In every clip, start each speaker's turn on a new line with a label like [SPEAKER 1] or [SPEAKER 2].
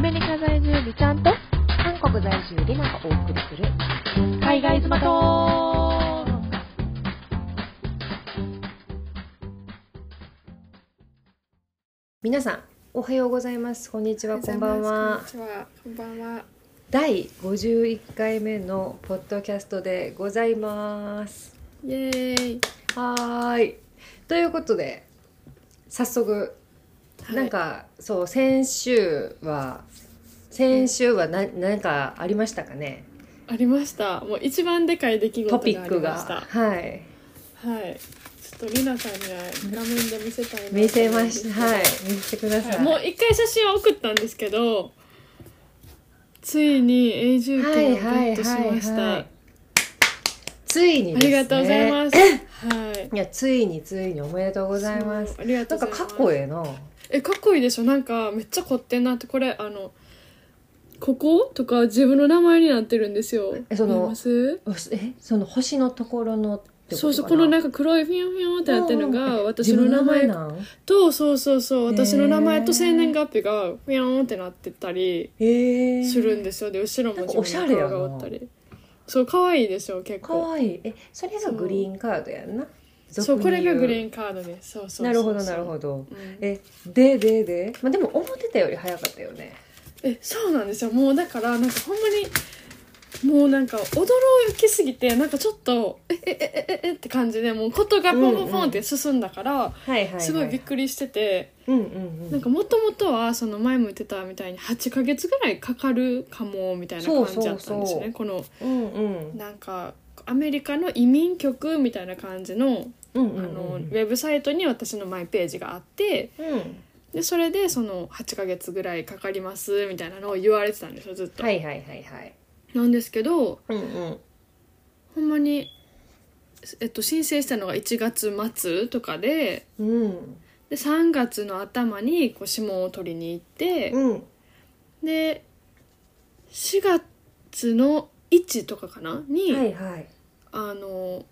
[SPEAKER 1] メリカ在住美ちゃんと
[SPEAKER 2] 韓国在住リナがお送りする
[SPEAKER 1] 海外妻と
[SPEAKER 2] 皆さんおはようございますこんにちはこんばんは
[SPEAKER 3] こんにちは。こんばんは。
[SPEAKER 2] 第51回目のポッドキャストでございます
[SPEAKER 3] イエーイ。
[SPEAKER 2] はーいということで早速
[SPEAKER 3] はい
[SPEAKER 2] なんかそう先週は先週はな何かありましたかね
[SPEAKER 3] ありました。もう一番でかい出来事
[SPEAKER 2] ト
[SPEAKER 3] があ
[SPEAKER 2] ピ
[SPEAKER 3] り
[SPEAKER 2] ック
[SPEAKER 3] ま
[SPEAKER 2] が
[SPEAKER 3] した。
[SPEAKER 2] はい
[SPEAKER 3] はい。ちょっとリナさんには画面で見せたいなと思うん
[SPEAKER 2] 見
[SPEAKER 3] ですけ
[SPEAKER 2] せ
[SPEAKER 3] ど
[SPEAKER 2] ましたはい見せてください、
[SPEAKER 3] もう一回写真を送ったんですけど、ついに永住権をゲットしました。
[SPEAKER 2] はいはいはいはいついに
[SPEAKER 3] あ
[SPEAKER 2] です
[SPEAKER 3] り
[SPEAKER 2] ね
[SPEAKER 3] がとうございます。はい。
[SPEAKER 2] いやついについにおめでとうございます
[SPEAKER 3] そう。ありがと
[SPEAKER 2] な
[SPEAKER 3] うんご
[SPEAKER 2] か
[SPEAKER 3] ざいます。
[SPEAKER 2] かっこええな
[SPEAKER 3] えかっこいいでしょなんかめっちゃ凝ってんなってこれあのこことか自分の名前になってるんですよ
[SPEAKER 2] えその
[SPEAKER 3] 見えます
[SPEAKER 2] おしえその星のところのってことかな
[SPEAKER 3] そうそうこのなんか黒いフィヨンフィヨンってなってるのが私
[SPEAKER 2] 自
[SPEAKER 3] の
[SPEAKER 2] 分の
[SPEAKER 3] 名前
[SPEAKER 2] 名前なん
[SPEAKER 3] とそうそうそう
[SPEAKER 2] へー
[SPEAKER 3] 私の名前と生年月日がフィヨンってなってたり
[SPEAKER 2] ええ
[SPEAKER 3] するんですよで後ろも自分の顔がおったりそう可愛いでしょ結
[SPEAKER 2] か
[SPEAKER 3] 構
[SPEAKER 2] わいいえそれがグリーンカードやんな
[SPEAKER 3] そうこれがグリー
[SPEAKER 2] ン
[SPEAKER 3] ンカードですそうそうそう
[SPEAKER 2] なるほどなる
[SPEAKER 3] ど
[SPEAKER 2] ほど
[SPEAKER 3] え
[SPEAKER 2] えでででまあでも思ってたより早かったよね
[SPEAKER 3] えそうなんですよもうだからなんかほんまにもうなんか驚きすぎてなんかちょっとええええええって感じでもうことがポンポンポンって進んだから、
[SPEAKER 2] はいはい、はい、
[SPEAKER 3] すごいびっくりしてて、
[SPEAKER 2] うんうんう
[SPEAKER 3] なん
[SPEAKER 2] ん
[SPEAKER 3] かもともとはその前も言ってたみたいに8ヶ月ぐらいかかるかもみたいな感じだったんですよね
[SPEAKER 2] そうそうそう
[SPEAKER 3] この
[SPEAKER 2] うんうん
[SPEAKER 3] なんかアメリカの移民局みたいな感じのあ
[SPEAKER 2] うんうん
[SPEAKER 3] の
[SPEAKER 2] う
[SPEAKER 3] ウ
[SPEAKER 2] ん
[SPEAKER 3] ェブサイトに私のマイページがあって
[SPEAKER 2] うん
[SPEAKER 3] でそれでその8ヶ月ぐらいかかりますみたいなのを言われてたんですよずっと。
[SPEAKER 2] はいはいはいはい
[SPEAKER 3] なんですけど
[SPEAKER 2] うんうん
[SPEAKER 3] ほんまに、えっと、申請したのが1月末とかで
[SPEAKER 2] うん
[SPEAKER 3] で3月の頭にこう指紋を取りに行って、
[SPEAKER 2] うん
[SPEAKER 3] で4月の1とかかなに、
[SPEAKER 2] はいはい
[SPEAKER 3] あの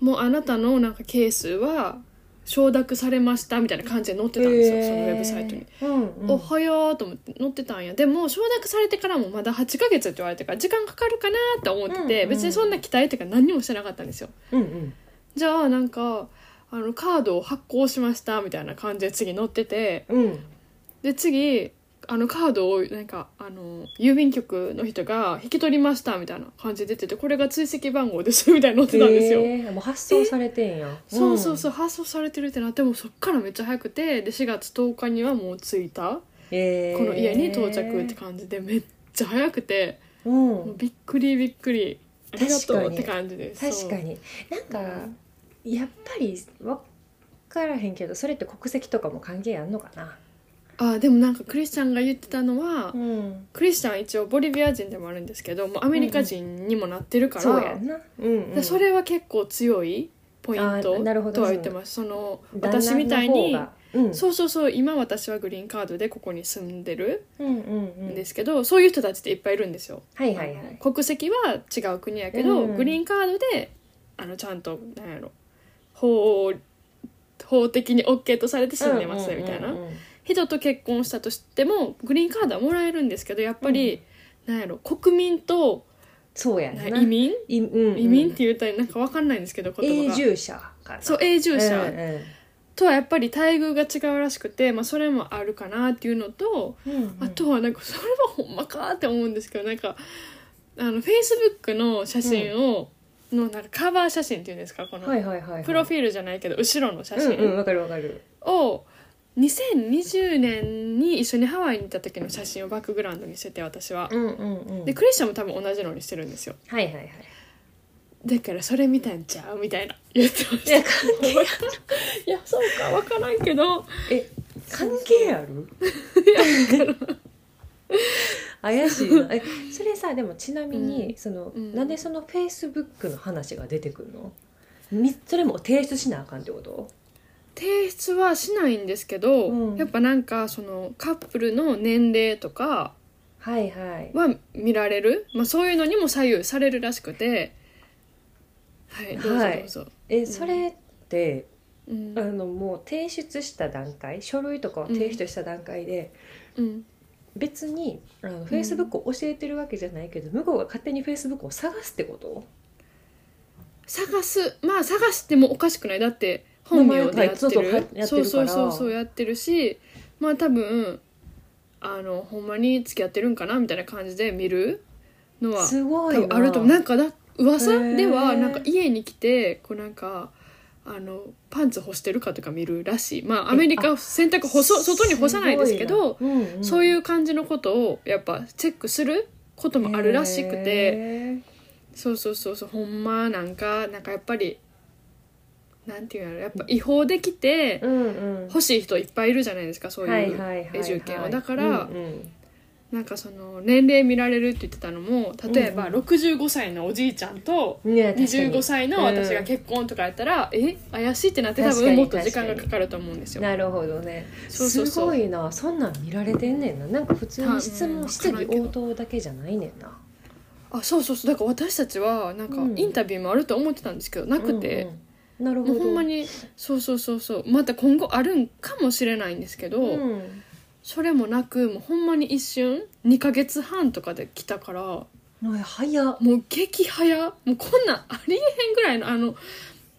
[SPEAKER 3] もうあなたのなんかケースは承諾されましたみたいな感じで載ってたんですよ、そのウェブサイトに。
[SPEAKER 2] うんうん
[SPEAKER 3] おはようと思って載ってたんやでも承諾されてからもまだ8ヶ月って言われてから時間かかるかなって思ってて、
[SPEAKER 2] うんうん
[SPEAKER 3] 別にそんな期待というか何にもしてなかったんですよ
[SPEAKER 2] うんうん
[SPEAKER 3] じゃあなんかあのカードを発行しましたみたいな感じで次載ってて
[SPEAKER 2] うん
[SPEAKER 3] で次あのカードをなんかあの郵便局の人が引き取りましたみたいな感じで出ててこれが追跡番号ですみたいな載ってたんですよ、
[SPEAKER 2] えーもう発送されてんや
[SPEAKER 3] そうそうそうう発送されてるってなってもうそっからめっちゃ早くてで4月10日にはもう着いた
[SPEAKER 2] ん、えー
[SPEAKER 3] この家に到着って感じでめっちゃ早くて
[SPEAKER 2] う
[SPEAKER 3] もうんびっくりびっくりありがと
[SPEAKER 2] 確か
[SPEAKER 3] うっ
[SPEAKER 2] に
[SPEAKER 3] て感じです
[SPEAKER 2] 確かになんか、やっぱり分からへんけどそれって国籍とかも関係あんのかな
[SPEAKER 3] そうあでもなんかクリスチャンが言ってたのは
[SPEAKER 2] ん
[SPEAKER 3] クリスチャン一応ボリビア人でもあるんですけどもうアメリカ人にもなってるから、
[SPEAKER 2] そうやんな、うんう
[SPEAKER 3] で
[SPEAKER 2] ん、
[SPEAKER 3] それは結構強いポイン
[SPEAKER 2] あ
[SPEAKER 3] ト
[SPEAKER 2] ーなるほど
[SPEAKER 3] とは言ってますその
[SPEAKER 2] 旦那の
[SPEAKER 3] 私みたい
[SPEAKER 2] 方
[SPEAKER 3] に
[SPEAKER 2] がうん
[SPEAKER 3] そうそうそう今私はグリーンカードでここに住んでる
[SPEAKER 2] うんうんうん
[SPEAKER 3] んですすけど、そういう人たちっていっぱいいるんですよ。
[SPEAKER 2] はいはいはい
[SPEAKER 3] あの国籍は違う国やけど、
[SPEAKER 2] うん
[SPEAKER 3] グリーンカードであのちゃんとなんやろ法法的に OK とされて住んでますみたいな、
[SPEAKER 2] うんうんうんうん
[SPEAKER 3] 人と結婚したとしてもグリーンカードはもらえるんですけどやっぱり、なんやろ国民と
[SPEAKER 2] そうやん
[SPEAKER 3] な
[SPEAKER 2] な
[SPEAKER 3] 移民、
[SPEAKER 2] いうんうん
[SPEAKER 3] 移民って言うたらなんか分かんないんですけど言葉
[SPEAKER 2] 永
[SPEAKER 3] が。
[SPEAKER 2] 住者かな
[SPEAKER 3] そう永住者、
[SPEAKER 2] うん
[SPEAKER 3] とはやっぱり待遇が違うらしくて、まあ、それもあるかなっていうのと、
[SPEAKER 2] うんうん
[SPEAKER 3] あとはなんかそれはほんまかって思うんですけどなんかあのフェイスブックの写真を、のなんかカバー写真っていうんですかこの、
[SPEAKER 2] はいはいはいはい
[SPEAKER 3] プロフ
[SPEAKER 2] ィ
[SPEAKER 3] ィールじゃないけど後ろの写
[SPEAKER 2] うんうん
[SPEAKER 3] 真
[SPEAKER 2] わかるわかる
[SPEAKER 3] を2020年に一緒にハワイに行った時の写真をバックグラウンドにしてて私は。
[SPEAKER 2] うんうんうん
[SPEAKER 3] でクリスチャンも多分同じのにしてるんですよ
[SPEAKER 2] はいはいはい
[SPEAKER 3] だからそれ見たんちゃうみたいな言ってまし
[SPEAKER 2] い
[SPEAKER 3] た
[SPEAKER 2] や
[SPEAKER 3] いやそうか分からんけど
[SPEAKER 2] え関係ある 怪しいな えそれさでもちなみに、その
[SPEAKER 3] うん
[SPEAKER 2] なんでそのフェイスブックの話が出てくるのみそれも提出しなあかんってこと
[SPEAKER 3] 提出はしないんですけど、
[SPEAKER 2] うん
[SPEAKER 3] やっぱなんかそのカップルの年齢とか
[SPEAKER 2] はいはい
[SPEAKER 3] は見られる、まあ、そういうのにも左右されるらしくてはいどうぞ
[SPEAKER 2] はい
[SPEAKER 3] どうぞ、
[SPEAKER 2] えそれって、
[SPEAKER 3] うん
[SPEAKER 2] あのもう提出した段階書類とかを提出した段階で、
[SPEAKER 3] うん
[SPEAKER 2] 別にあのフェイスブックを教えてるわけじゃないけど、向こうが勝手にフェイスブックを探すってこと
[SPEAKER 3] 探すまあ探してもおかしくないだって本名でやって
[SPEAKER 2] 名前を書いて
[SPEAKER 3] る
[SPEAKER 2] そうそう
[SPEAKER 3] そう
[SPEAKER 2] 書
[SPEAKER 3] そ
[SPEAKER 2] いやってるから
[SPEAKER 3] うそうそうやってるしまあ多分あのほんまに付き合ってるんかなみたいな感じで見るのは
[SPEAKER 2] すご
[SPEAKER 3] 多
[SPEAKER 2] いな
[SPEAKER 3] 分あると思うなんかだ
[SPEAKER 2] へ
[SPEAKER 3] 噂
[SPEAKER 2] ー
[SPEAKER 3] ではなんか家に来てこうなんかあのパンツ干してるかとか見るらしいまあアメリカ洗濯干そ外に干さないですけど
[SPEAKER 2] すごいなうんうん
[SPEAKER 3] そういう感じのことをやっぱチェックすることもあるらしくて
[SPEAKER 2] へ
[SPEAKER 3] そうそうそうそうほんまなんかなんかやっぱりなんていうのやっぱ違法できて
[SPEAKER 2] ーうんうん
[SPEAKER 3] 欲しい人いっぱいいるじゃないですかそう
[SPEAKER 2] はいいうはいはい
[SPEAKER 3] 永住権
[SPEAKER 2] は
[SPEAKER 3] はいだから
[SPEAKER 2] うんうん
[SPEAKER 3] なんかその年齢見られるって言ってたのも例えば
[SPEAKER 2] うん
[SPEAKER 3] 65歳のおじいちゃんと
[SPEAKER 2] ね確かに
[SPEAKER 3] 25歳の私が結婚とかやったら、え怪しいってなって多
[SPEAKER 2] 確か
[SPEAKER 3] 分
[SPEAKER 2] に
[SPEAKER 3] もっと時間がかかると思うんですよ。
[SPEAKER 2] なるほどね
[SPEAKER 3] そうそう
[SPEAKER 2] す
[SPEAKER 3] そう
[SPEAKER 2] ごいなそんなん見られてんねんななんか普通に質
[SPEAKER 3] あう
[SPEAKER 2] 問
[SPEAKER 3] ん
[SPEAKER 2] 質疑
[SPEAKER 3] わからん
[SPEAKER 2] 応
[SPEAKER 3] け
[SPEAKER 2] 答だけじゃないねんな
[SPEAKER 3] あそうそうそうだから私たちはなんか
[SPEAKER 2] うん
[SPEAKER 3] インタビューもあると思ってたんですけどなくて、
[SPEAKER 2] うんうんなるほ
[SPEAKER 3] も
[SPEAKER 2] ど
[SPEAKER 3] うほんまにそうそうそうそうまた今後あるんかもしれないんですけど、
[SPEAKER 2] うん
[SPEAKER 3] それもなくもうほんまに一瞬2ヶ月半とかで来たからも
[SPEAKER 2] の早っ
[SPEAKER 3] う激早もうこんなんありえへんぐらいのあの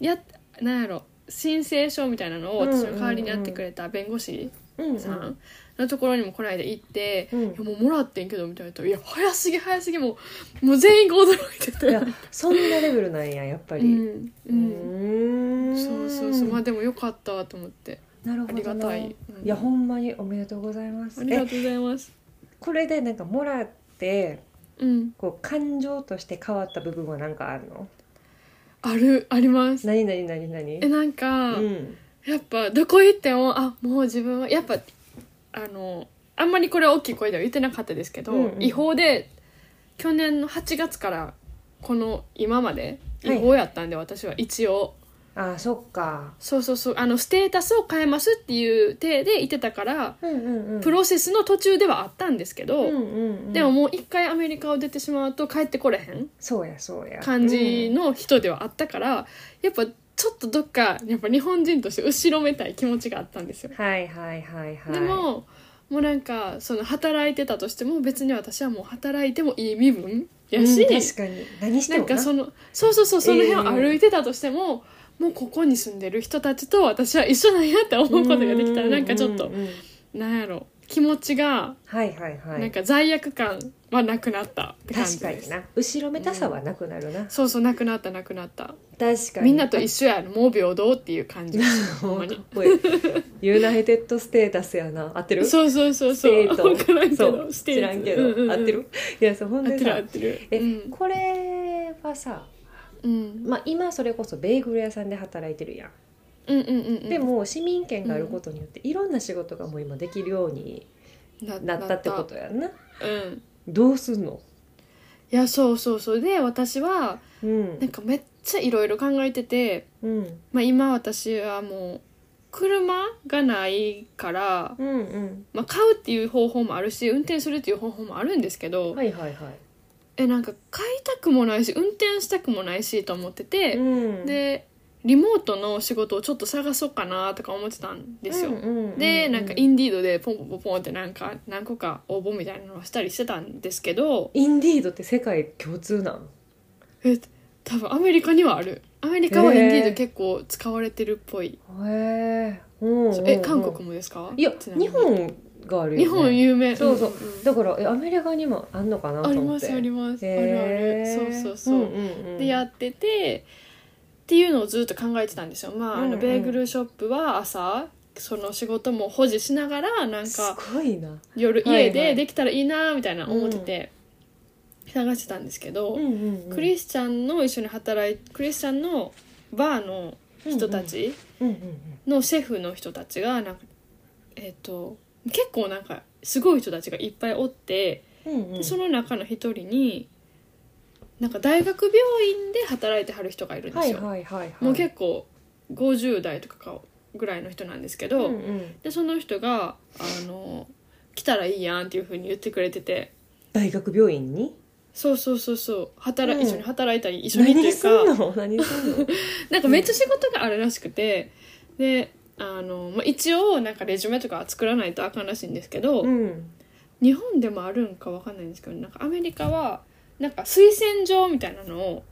[SPEAKER 3] やなんやろ申請書みたいなのを私の代わりにやってくれた弁護士
[SPEAKER 2] うん
[SPEAKER 3] さんのところにもこの間行って
[SPEAKER 2] うん
[SPEAKER 3] いやもうもらってんけどみたいな言ったら「いや早すぎ早すぎもうもう全員が驚いてて
[SPEAKER 2] いやそんなレベルなんややっぱ
[SPEAKER 3] う
[SPEAKER 2] り
[SPEAKER 3] ん、
[SPEAKER 2] う
[SPEAKER 3] うん
[SPEAKER 2] ーん
[SPEAKER 3] そうそうそうまあでもよかったと思って
[SPEAKER 2] なる
[SPEAKER 3] あ
[SPEAKER 2] ほ
[SPEAKER 3] り
[SPEAKER 2] ど
[SPEAKER 3] が
[SPEAKER 2] な
[SPEAKER 3] たい、
[SPEAKER 2] い
[SPEAKER 3] うん
[SPEAKER 2] やほんまにおめでとうございます
[SPEAKER 3] ありが
[SPEAKER 2] え
[SPEAKER 3] とうございます
[SPEAKER 2] これでなんかもらって
[SPEAKER 3] うん
[SPEAKER 2] こう感情として変わった部分は何かあるの
[SPEAKER 3] あるあります
[SPEAKER 2] 何何何何
[SPEAKER 3] えなんか、
[SPEAKER 2] うん
[SPEAKER 3] やっぱどこ行ってもあもう自分はやっぱあのあんまりこれは大きい声では言ってなかったですけど、
[SPEAKER 2] うんうん
[SPEAKER 3] 違法で去年の8月からこの今まで
[SPEAKER 2] はい
[SPEAKER 3] 違法やったんで、私は一応
[SPEAKER 2] あーそっか
[SPEAKER 3] そうそうそうあのステータスを変えますっていう体でいてたから
[SPEAKER 2] うんうんうん
[SPEAKER 3] プロセスの途中ではあったんですけど、
[SPEAKER 2] うんうんうん
[SPEAKER 3] でももう一回アメリカを出てしまうと帰ってこれへん
[SPEAKER 2] そうやそうや
[SPEAKER 3] 感じの人ではあったから、やっぱちょっとどっかやっぱ日本人として後ろめたい気持ちがあったんですよ
[SPEAKER 2] うん。はいはいはいはい
[SPEAKER 3] でももうなんかその働いてたとしても別に私はもう働いてもいい身分やし、
[SPEAKER 2] うん確かに何して
[SPEAKER 3] な
[SPEAKER 2] も
[SPEAKER 3] ん
[SPEAKER 2] な
[SPEAKER 3] かそのそうそうそうその辺を
[SPEAKER 2] ええ
[SPEAKER 3] 歩いてたとしても、もうここに住んでる人たちと私は一緒なんやって思うことができたらなんかちょっ
[SPEAKER 2] う
[SPEAKER 3] と
[SPEAKER 2] んうんうん
[SPEAKER 3] なんやろ気持ちが
[SPEAKER 2] はいはいはい
[SPEAKER 3] なんか罪悪感はなくなったって感じ
[SPEAKER 2] 確か
[SPEAKER 3] で
[SPEAKER 2] に
[SPEAKER 3] す
[SPEAKER 2] な後ろめたさはなくなるな、
[SPEAKER 3] そうそうなくなったなくなった
[SPEAKER 2] 確かに
[SPEAKER 3] みんなと一緒やもう平等っていう感じです ほんま
[SPEAKER 2] 緒か
[SPEAKER 3] に
[SPEAKER 2] っこいいユナイテッドステータスやな合ってる
[SPEAKER 3] そうそうそう
[SPEAKER 2] ス
[SPEAKER 3] そう
[SPEAKER 2] テート
[SPEAKER 3] わからんけ
[SPEAKER 2] そ
[SPEAKER 3] ど
[SPEAKER 2] う
[SPEAKER 3] ステー
[SPEAKER 2] 知らんけど、
[SPEAKER 3] うんうんうん
[SPEAKER 2] 合ってるいやそうほん
[SPEAKER 3] 合っ
[SPEAKER 2] で
[SPEAKER 3] てる合
[SPEAKER 2] さ
[SPEAKER 3] ってる
[SPEAKER 2] え、
[SPEAKER 3] うん
[SPEAKER 2] これはさ
[SPEAKER 3] うん
[SPEAKER 2] まあ今それこそベーグル屋さんで働いてるやん、
[SPEAKER 3] うんうんうんうん
[SPEAKER 2] でも市民権があることによっていろんな仕事がもう今できるように
[SPEAKER 3] な
[SPEAKER 2] なったってことやんな
[SPEAKER 3] うん
[SPEAKER 2] どうすんの
[SPEAKER 3] いやそうそうそうで私は
[SPEAKER 2] うん
[SPEAKER 3] なんかめっちゃいろいろ考えてて、
[SPEAKER 2] うん
[SPEAKER 3] まあ、今私はもう車がないから、
[SPEAKER 2] うんうん
[SPEAKER 3] まあ、買うっていう方法もあるし運転するっていう方法もあるんですけど、
[SPEAKER 2] はいはいはい
[SPEAKER 3] えなんか買いたくもないし運転したくもないしと思ってて、
[SPEAKER 2] うん
[SPEAKER 3] でリモートの仕事をちょっと探そうかなとか思ってたんですよ。
[SPEAKER 2] うんうんうんうん
[SPEAKER 3] でなんかインディードでポンポンポンポンってなんか何個か応募みたいなのをしたりしてたんですけど
[SPEAKER 2] インディードって世界共通なの
[SPEAKER 3] え多分アメリカにはあるアメリカは
[SPEAKER 2] へ
[SPEAKER 3] イ
[SPEAKER 2] ー
[SPEAKER 3] ンディード結構使われてるっぽい
[SPEAKER 2] へえうんうんうん
[SPEAKER 3] え韓国もですか
[SPEAKER 2] いや
[SPEAKER 3] ちなみ
[SPEAKER 2] 日
[SPEAKER 3] に
[SPEAKER 2] 本があるよ、ね、
[SPEAKER 3] 日本有名
[SPEAKER 2] そうそうん
[SPEAKER 3] ん
[SPEAKER 2] だからえアメリカにもあんのかなと
[SPEAKER 3] あり
[SPEAKER 2] 思
[SPEAKER 3] ま
[SPEAKER 2] って
[SPEAKER 3] すありますあるあ
[SPEAKER 2] へ
[SPEAKER 3] るそう
[SPEAKER 2] ー
[SPEAKER 3] そうそう、
[SPEAKER 2] んうんうん
[SPEAKER 3] でやっててっていうのをずっと考えてたんですよまあ,、
[SPEAKER 2] うん
[SPEAKER 3] あ
[SPEAKER 2] うん
[SPEAKER 3] のベーグルショップは朝その仕事も保持しながらなん
[SPEAKER 2] す
[SPEAKER 3] か
[SPEAKER 2] ごいな
[SPEAKER 3] 夜
[SPEAKER 2] はい
[SPEAKER 3] 家
[SPEAKER 2] はい
[SPEAKER 3] でできたらいいなみたいな思ってて探してたんですけど、
[SPEAKER 2] んうん
[SPEAKER 3] クリスチャンの一緒に働いクリスチャンのバーの人たち、
[SPEAKER 2] うんうんうん
[SPEAKER 3] のシェフの人たちがなんかえっ、と結構なんかすごい人たちがいっぱいおって、
[SPEAKER 2] うんうん
[SPEAKER 3] その中の一人になんか大学病院で働いてはる人がいるんで
[SPEAKER 2] は
[SPEAKER 3] す
[SPEAKER 2] い
[SPEAKER 3] よ、
[SPEAKER 2] はいはいはい
[SPEAKER 3] もう結構50代とかかぐらいの人なんですけど、
[SPEAKER 2] うんうん
[SPEAKER 3] でその人があの来たらいいやんっていうふうに言ってくれてて
[SPEAKER 2] 大学病院に
[SPEAKER 3] そうそうそうそう働、
[SPEAKER 2] うん
[SPEAKER 3] 一緒に働いたり一緒にって
[SPEAKER 2] 何
[SPEAKER 3] いう
[SPEAKER 2] す
[SPEAKER 3] か
[SPEAKER 2] んの何すんの
[SPEAKER 3] なんかめっちゃ仕事があるらしくて、であの、まあ、一応なんかレジュメとかは作らないとあかんらしいんですけど、
[SPEAKER 2] うん
[SPEAKER 3] 日本でもあるんかわかんないんですけどなんかアメリカはなんか推薦状みたいなのを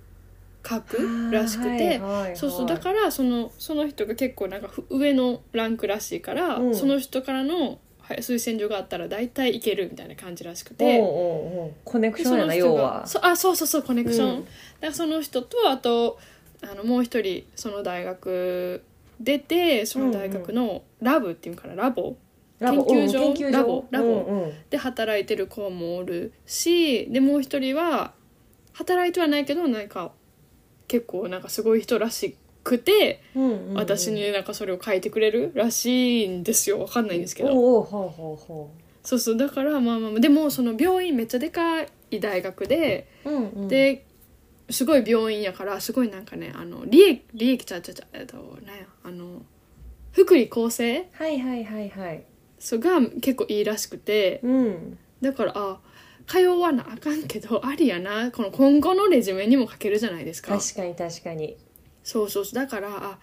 [SPEAKER 3] 書くらしくて、そうそうだからそのその人が結構なんかふ上のランクらしいから、
[SPEAKER 2] うん
[SPEAKER 3] その人からのはい推薦状があったら大体いけるみたいな感じらしく
[SPEAKER 2] ら
[SPEAKER 3] て。
[SPEAKER 2] おうおうおうコネク
[SPEAKER 3] で
[SPEAKER 2] ショ
[SPEAKER 3] そ
[SPEAKER 2] ンや
[SPEAKER 3] の
[SPEAKER 2] な
[SPEAKER 3] 人
[SPEAKER 2] 要
[SPEAKER 3] が
[SPEAKER 2] は
[SPEAKER 3] そあそうそうそうコネクション、
[SPEAKER 2] う
[SPEAKER 3] だ
[SPEAKER 2] ん
[SPEAKER 3] からその人とあとあのもう一人その大学出てその大学のラブっていうからラボ
[SPEAKER 2] ラボ
[SPEAKER 3] 研究所
[SPEAKER 2] うん研究所
[SPEAKER 3] ラボラボ
[SPEAKER 2] うんうん
[SPEAKER 3] で働いてる子もおるしでもう一人は働いてはないけどなんか結構なんかすごい人らしくて、
[SPEAKER 2] うんうんうん
[SPEAKER 3] 私になんかそれを書いてくれるらしいんですよわかんないんですけど
[SPEAKER 2] おうおうほうほうほ
[SPEAKER 3] そうそうだからまあまあまあでもその病院めっちゃでかい大学で、
[SPEAKER 2] ううんうん
[SPEAKER 3] ですごい病院やからすごいなんかねあの利益利益ちゃうちゃうちゃうえっとなんやあの福利厚生
[SPEAKER 2] はいはいはいはい
[SPEAKER 3] そうが結構いいらしくて
[SPEAKER 2] うん
[SPEAKER 3] だからあ通わなあかんけどありやなこの今後のレジュメにも書けるじゃないですか
[SPEAKER 2] 確かに確かに
[SPEAKER 3] そうそうそうだからあ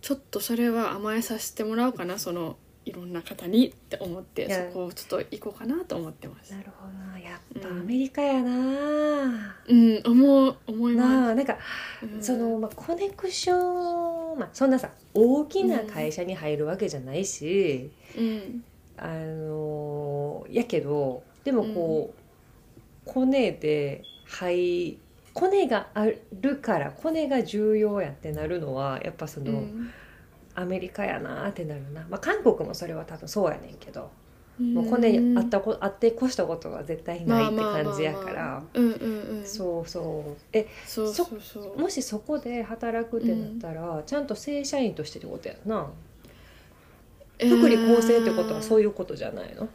[SPEAKER 3] ちょっとそれは甘えさせてもらおうかなそのいろんな方にって思って
[SPEAKER 2] いや
[SPEAKER 3] そこをちょっと行こうかなと思ってます
[SPEAKER 2] なるほどなやっぱア
[SPEAKER 3] うん
[SPEAKER 2] メリカやな
[SPEAKER 3] うん思う思いま
[SPEAKER 2] なあなんか
[SPEAKER 3] す、うん
[SPEAKER 2] その、まあ、コネクション、まあ、そんなさ大きな会社に入るわけじゃないし、
[SPEAKER 3] うん
[SPEAKER 2] あのーやけどでもこう、コネで入コネがあるからコネが重要やってなるのはやっぱそうの、
[SPEAKER 3] ん
[SPEAKER 2] アメリカやなってなるな、まあ、韓国もそれは多分そうやねんけど、もうコネに会ったこ会って越したことは絶対ないって感じやから、
[SPEAKER 3] まあまあまあまあうんうんうん
[SPEAKER 2] そうそうえ
[SPEAKER 3] そうそうそう
[SPEAKER 2] もしそこで働くってなったら、ちゃんと正社員としてってことやんな福利厚生ってことはそう
[SPEAKER 3] いう
[SPEAKER 2] いうことじゃないの、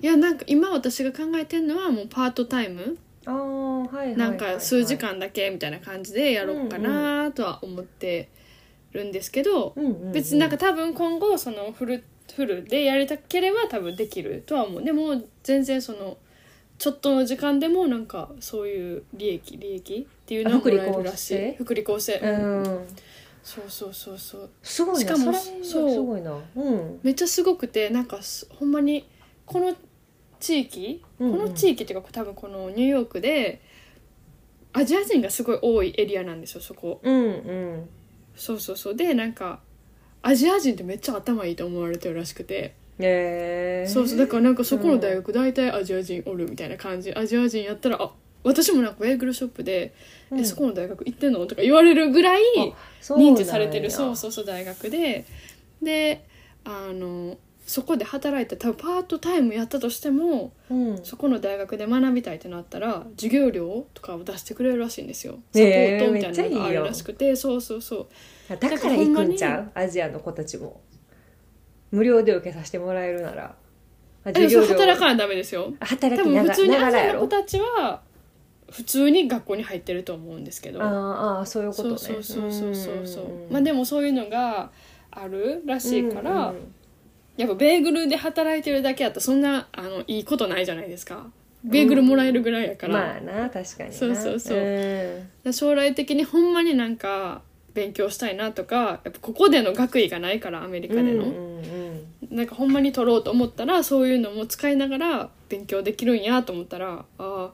[SPEAKER 3] いやなんか今私が考えてるのはもうパートタイム
[SPEAKER 2] あーはいはいはいはい
[SPEAKER 3] なんか数時間だけみたいな感じでやろうかなとは思ってるんですけど
[SPEAKER 2] うんうんうん
[SPEAKER 3] 別になんか多分今後そのフルフルでやりたければ多分できるとは思うでも全然そのちょっとの時間でもなんかそういう利益利益っていうのをもらえるらしい福利厚生
[SPEAKER 2] うん
[SPEAKER 3] そうそうそうそう
[SPEAKER 2] すごいな
[SPEAKER 3] しかも
[SPEAKER 2] それ
[SPEAKER 3] そう
[SPEAKER 2] すごいなうん
[SPEAKER 3] めっちゃすごくてなんかすほんまにこの地域、
[SPEAKER 2] うんうん
[SPEAKER 3] この地域っていうか多分このニューヨークでアジア人がすごい多いエリアなんですよそこ
[SPEAKER 2] うんうん
[SPEAKER 3] そうそうそうでなんかアジア人ってめっちゃ頭いいと思われてるらしくて、
[SPEAKER 2] えー、
[SPEAKER 3] そうそうだからなんかそこの大学大体アジア人おるみたいな感じアジア人やったらあ私もなんかベーグルショップで「
[SPEAKER 2] うん
[SPEAKER 3] えそこの大学行ってんの?」とか言われるぐらい
[SPEAKER 2] あそうなんや
[SPEAKER 3] 認知されてるそうそうそう大学でであのそこで働いて多分パートタイムやったとしても
[SPEAKER 2] うん、
[SPEAKER 3] そこの大学で学びたいってなったら授業料とかを出してくれるらしいんですよサポ
[SPEAKER 2] へー
[SPEAKER 3] ートみたいなのがあるらしくて、そうそうそう
[SPEAKER 2] だから行くんちゃうアジアの子たちも無料で受けさせてもらえるならあ
[SPEAKER 3] えそれ
[SPEAKER 2] 料
[SPEAKER 3] 働かないとダメですよ多
[SPEAKER 2] 働き
[SPEAKER 3] 分
[SPEAKER 2] な
[SPEAKER 3] 普
[SPEAKER 2] が
[SPEAKER 3] 通に
[SPEAKER 2] な
[SPEAKER 3] ア
[SPEAKER 2] が
[SPEAKER 3] ジ
[SPEAKER 2] ら
[SPEAKER 3] ア
[SPEAKER 2] や
[SPEAKER 3] の子
[SPEAKER 2] ろ
[SPEAKER 3] たちは普通に学校に入ってると思うんですけど
[SPEAKER 2] あーあーそういうこ
[SPEAKER 3] そ
[SPEAKER 2] とね
[SPEAKER 3] うそうそうそうそうそう
[SPEAKER 2] うんうんうん
[SPEAKER 3] まあでもそういうのがあるらしいから、
[SPEAKER 2] うんうん
[SPEAKER 3] やっぱベーグルで働いてるだけやったらそんなあのいいことないじゃないですかベーグルもらえるぐらいやから,、
[SPEAKER 2] まあな確かにな
[SPEAKER 3] そうそうそうん将来的にほんまになんか勉強したいなとかやっぱここでの学位がないからアメリカでの、
[SPEAKER 2] うんうん
[SPEAKER 3] なんかほんまに取ろうと思ったらそういうのも使いながら勉強できるんやと思ったらあー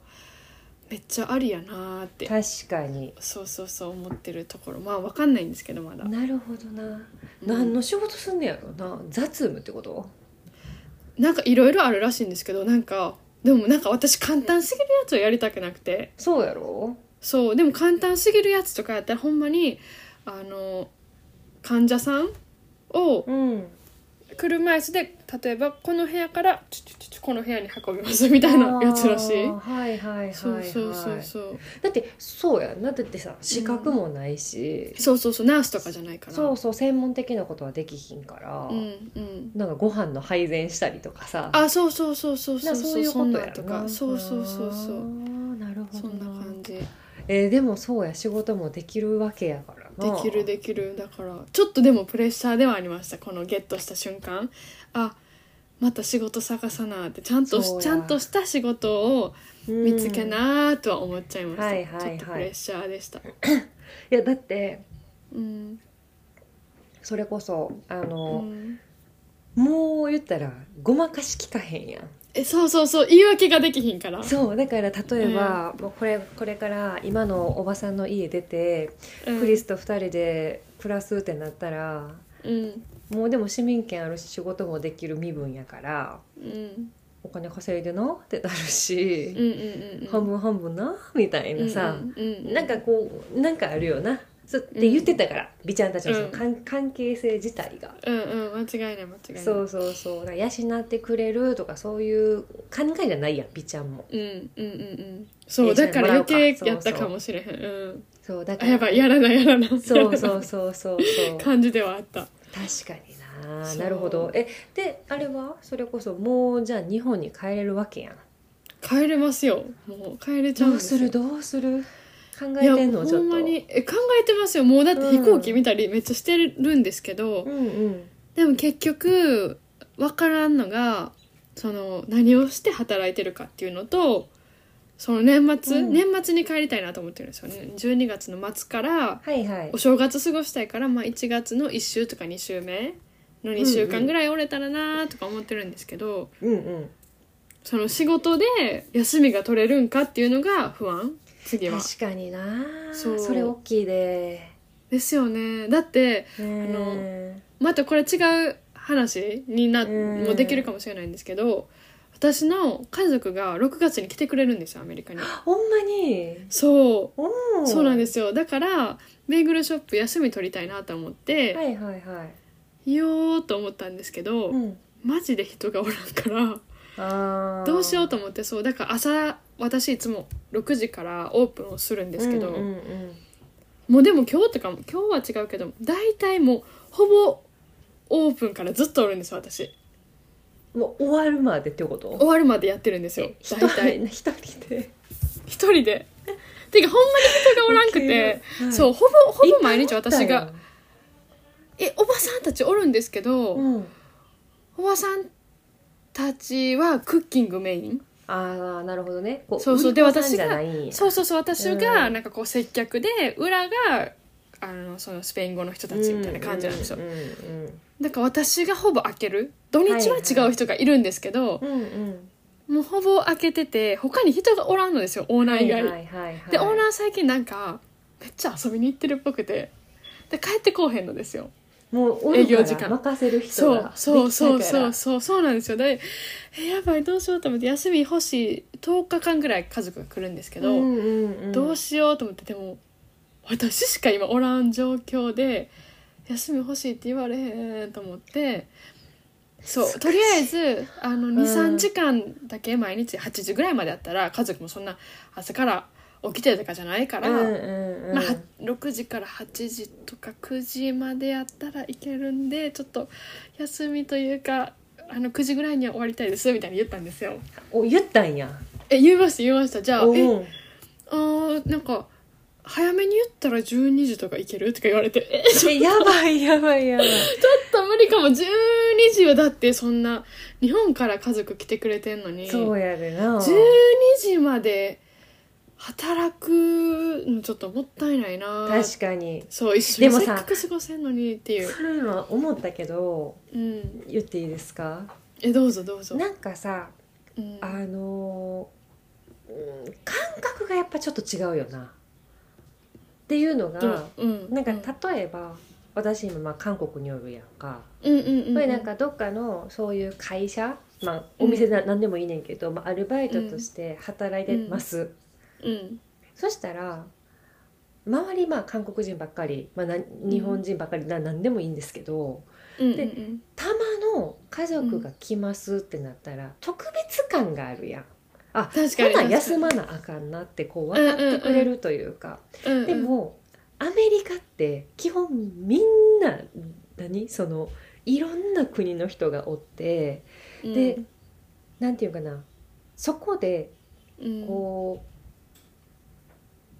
[SPEAKER 3] めっちゃありやなーっ
[SPEAKER 2] うん
[SPEAKER 3] て
[SPEAKER 2] 確かに
[SPEAKER 3] そうそうそう思ってるところまあわかんないんですけどまだ
[SPEAKER 2] なるほどな、何の仕事すんねやろな雑務ってこと
[SPEAKER 3] なんかいろいろあるらしいんですけどなんかでもなんか私簡単すぎるやつをやりたくなくて。
[SPEAKER 2] そうやろ
[SPEAKER 3] そうでも簡単すぎるやつとかやったらほんまにあの患者さんを
[SPEAKER 2] うん
[SPEAKER 3] 車椅子で例えばこの部屋からチュチュチュチュこの部屋に運びますみたいなやつらしい
[SPEAKER 2] あーはいはいはいはい
[SPEAKER 3] そうそうそうそう
[SPEAKER 2] だってそうやんなだってさ資格もないし、
[SPEAKER 3] そうそうそうナースとかじゃないから
[SPEAKER 2] そうそう専門的なことはできひんから、
[SPEAKER 3] うんうん
[SPEAKER 2] なんかご飯の配膳したりとかさ
[SPEAKER 3] あそうそうそうそうそう
[SPEAKER 2] なんかそういう
[SPEAKER 3] そ
[SPEAKER 2] こ
[SPEAKER 3] ん
[SPEAKER 2] と
[SPEAKER 3] な
[SPEAKER 2] や
[SPEAKER 3] んと
[SPEAKER 2] ろな
[SPEAKER 3] かそうそうそうそ
[SPEAKER 2] あ
[SPEAKER 3] う
[SPEAKER 2] ーなるほ
[SPEAKER 3] そ
[SPEAKER 2] ど
[SPEAKER 3] んな
[SPEAKER 2] な
[SPEAKER 3] 感じで
[SPEAKER 2] えーでもそうや仕事もできるわけやからな
[SPEAKER 3] きるできるだからちょっとでもプレッシャーではありましたこのゲットした瞬間あまた仕事探さなってちゃんと
[SPEAKER 2] そうや
[SPEAKER 3] ちゃんとした仕事を
[SPEAKER 2] うん
[SPEAKER 3] 見つけなーとは思っちゃいました、
[SPEAKER 2] はいはいはい
[SPEAKER 3] ちょっとプレッシャーでした、
[SPEAKER 2] いやだって
[SPEAKER 3] うん
[SPEAKER 2] それこそあ
[SPEAKER 3] う
[SPEAKER 2] の、
[SPEAKER 3] ん
[SPEAKER 2] もう言ったらごまかしきかへんやん
[SPEAKER 3] えそうそうそう言い訳ができひんから
[SPEAKER 2] そうだから例えば、もうこれこれから今のおばさんの家出て、
[SPEAKER 3] うん
[SPEAKER 2] クリスと2人で暮らすってなったら
[SPEAKER 3] うん
[SPEAKER 2] もうでも市民権あるし仕事もできる身分やから
[SPEAKER 3] うん
[SPEAKER 2] お金稼いでなってなるし
[SPEAKER 3] うん、うんうん
[SPEAKER 2] 半分半分なみたいなさ、
[SPEAKER 3] うんうんうん、
[SPEAKER 2] なんかこうなんかあるよなそうって言ってたから、美ちゃんたちのその
[SPEAKER 3] うん
[SPEAKER 2] 関関係性自体が。
[SPEAKER 3] うんうん間違いない間違いない
[SPEAKER 2] そうそうそうだから養ってくれるとかそういう考えじゃないやん美ちゃんも
[SPEAKER 3] うんうんうんうんそう
[SPEAKER 2] 一緒
[SPEAKER 3] だ
[SPEAKER 2] に
[SPEAKER 3] から余計やっ
[SPEAKER 2] もら
[SPEAKER 3] た
[SPEAKER 2] おうか
[SPEAKER 3] かもしれへんうん
[SPEAKER 2] そうだか
[SPEAKER 3] あ
[SPEAKER 2] ら
[SPEAKER 3] やばいやらないやらない
[SPEAKER 2] そうそうそ うそうそう確か
[SPEAKER 3] 感じではあった
[SPEAKER 2] にな
[SPEAKER 3] そう
[SPEAKER 2] なるほどえであれはそれこそもうじゃあ日本に帰れるわけやん
[SPEAKER 3] 帰れますよもう帰れちゃうんで
[SPEAKER 2] どう
[SPEAKER 3] す
[SPEAKER 2] す
[SPEAKER 3] よ
[SPEAKER 2] るどうする考
[SPEAKER 3] い
[SPEAKER 2] え
[SPEAKER 3] や
[SPEAKER 2] てんのち
[SPEAKER 3] ほ
[SPEAKER 2] ょっ
[SPEAKER 3] ん
[SPEAKER 2] と
[SPEAKER 3] まにえ考えてますよもうだって飛行機見たりめっちゃしてるんですけど、
[SPEAKER 2] うんうん
[SPEAKER 3] でも結局分からんのがその何をして働いてるかっていうのとその年末、
[SPEAKER 2] うん
[SPEAKER 3] 年末に帰りたいなと思ってるんですよね12月の末から
[SPEAKER 2] はいはい
[SPEAKER 3] お正月過ごしたいから、まあ、1月の1週とか2週目の2週間ぐらい折れたらなーとか思ってるんですけど、
[SPEAKER 2] うんうん
[SPEAKER 3] その仕事で休みが取れるんかっていうのが不安次は。
[SPEAKER 2] 確かにな
[SPEAKER 3] そう
[SPEAKER 2] それ大きいで、
[SPEAKER 3] ですよねだって
[SPEAKER 2] ね
[SPEAKER 3] またこれ違う話にな
[SPEAKER 2] うん
[SPEAKER 3] もできるかもしれないんですけど私の家族が6月に来てくれるんですよアメリカに。
[SPEAKER 2] ほんまに
[SPEAKER 3] そう
[SPEAKER 2] お
[SPEAKER 3] そうなんですすよだからベーグルショップ休み取りたいなと思って、
[SPEAKER 2] はいはいはい、
[SPEAKER 3] い、よーと思ったんですけど、
[SPEAKER 2] うん、
[SPEAKER 3] マジで人がおらんから。
[SPEAKER 2] あー
[SPEAKER 3] どうしようと思ってそうだから朝私いつも6時からオープンをするんですけど、
[SPEAKER 2] うんうんうん
[SPEAKER 3] もうでも今日とかも今日は違うけど大体もうほぼオープンからずっとおるんですよ私
[SPEAKER 2] もう終わるまでってこと
[SPEAKER 3] 終わるまでやってるんですよ
[SPEAKER 2] 一
[SPEAKER 3] 大体
[SPEAKER 2] 人一人で
[SPEAKER 3] 一人でていうかほんまに人 がおらんくて、
[SPEAKER 2] はい
[SPEAKER 3] そうほぼほぼ毎日私
[SPEAKER 2] いっぱいお
[SPEAKER 3] が
[SPEAKER 2] っ
[SPEAKER 3] えおばさんたちおるんですけど、
[SPEAKER 2] たようん
[SPEAKER 3] おばさんたちはクッキングメイン
[SPEAKER 2] ああなるほどねこ
[SPEAKER 3] そうそう
[SPEAKER 2] 売り子
[SPEAKER 3] で
[SPEAKER 2] さん
[SPEAKER 3] 私が
[SPEAKER 2] じゃないんや
[SPEAKER 3] そうそうそう私が
[SPEAKER 2] うん
[SPEAKER 3] なんかこう接客で裏があのそのスペイン語の人たちみたいな感じなんですよ、
[SPEAKER 2] うんうん
[SPEAKER 3] だから私がほぼ開ける土日は違う人がいるんですけど、
[SPEAKER 2] うんうん
[SPEAKER 3] もうほぼ開けてて他に人がおらんのですよオーナー以外、
[SPEAKER 2] はいはいはい
[SPEAKER 3] でオーナー最近なんかめっちゃ遊びに行ってるっぽくてで帰ってこうへんのですよ
[SPEAKER 2] もうおるから
[SPEAKER 3] 営業時間
[SPEAKER 2] 任せる人
[SPEAKER 3] そう
[SPEAKER 2] が
[SPEAKER 3] そうそうそ
[SPEAKER 2] で
[SPEAKER 3] う
[SPEAKER 2] き
[SPEAKER 3] そうそうなんですよでえやばいどうしようと思って休み欲しい10日間ぐらい家族が来るんですけ
[SPEAKER 2] たから
[SPEAKER 3] ど、
[SPEAKER 2] うんうんうん
[SPEAKER 3] どうしようと思ってでも私しか今おらん状況で休み欲しいって言われへんと思ってそうとりあえずあの
[SPEAKER 2] うん
[SPEAKER 3] 23時間だけ毎日8時ぐらいまであったら家族もそんな朝から起きてるとかじゃないから、
[SPEAKER 2] うんうんうん
[SPEAKER 3] まあ、は6時から8時とか9時までやったらいけるんでちょっと休みというかあの9時ぐらいには終わりたいですみたいに言ったんですよ。
[SPEAKER 2] お言ったんや
[SPEAKER 3] え言いました言いましたじゃあ
[SPEAKER 2] おう
[SPEAKER 3] えあーなんか早めに言ったら12時とかいけるとか言われてえちょ
[SPEAKER 2] えやばいやばいやばい
[SPEAKER 3] っと無理かも12時はだってそんな日本から家族来てくれてんのに
[SPEAKER 2] そう
[SPEAKER 3] 12
[SPEAKER 2] やでな
[SPEAKER 3] 時まで働くのちょっともったいないな
[SPEAKER 2] 確かに
[SPEAKER 3] そう一緒に
[SPEAKER 2] でも
[SPEAKER 3] せっ
[SPEAKER 2] さ
[SPEAKER 3] かく過ごせんのにっていう、
[SPEAKER 2] それ今思ったけど
[SPEAKER 3] うん、
[SPEAKER 2] 言っていいですか
[SPEAKER 3] えどうぞどうぞ、
[SPEAKER 2] なんかさ
[SPEAKER 3] うん、
[SPEAKER 2] あのーうん感覚がやっぱちょっと違うよなっていうの
[SPEAKER 3] ど
[SPEAKER 2] が
[SPEAKER 3] う、うん、
[SPEAKER 2] なんか例えば私今まあ韓国におるやんか、
[SPEAKER 3] うんうんうんうん
[SPEAKER 2] これなんかどっかのそういう会社、まあ、お店な何でもいいねんけど、まあ、アルバイトとして働いてます、
[SPEAKER 3] うん
[SPEAKER 2] そしたら周りまあ韓国人ばっかり、まあ、な日本人ばっかりな何でもいいんですけど
[SPEAKER 3] うん
[SPEAKER 2] で
[SPEAKER 3] うん
[SPEAKER 2] たまの家族が来ますってなったら特別感があるやん。あ
[SPEAKER 3] 確か
[SPEAKER 2] ほ
[SPEAKER 3] に
[SPEAKER 2] な休まなあかんなってこう分かってくれるというか、
[SPEAKER 3] うんうん、
[SPEAKER 2] でもアメリカって基本みんな何そのいろんな国の人がおって
[SPEAKER 3] うん、
[SPEAKER 2] でなんていうかなそこで
[SPEAKER 3] うん、
[SPEAKER 2] こう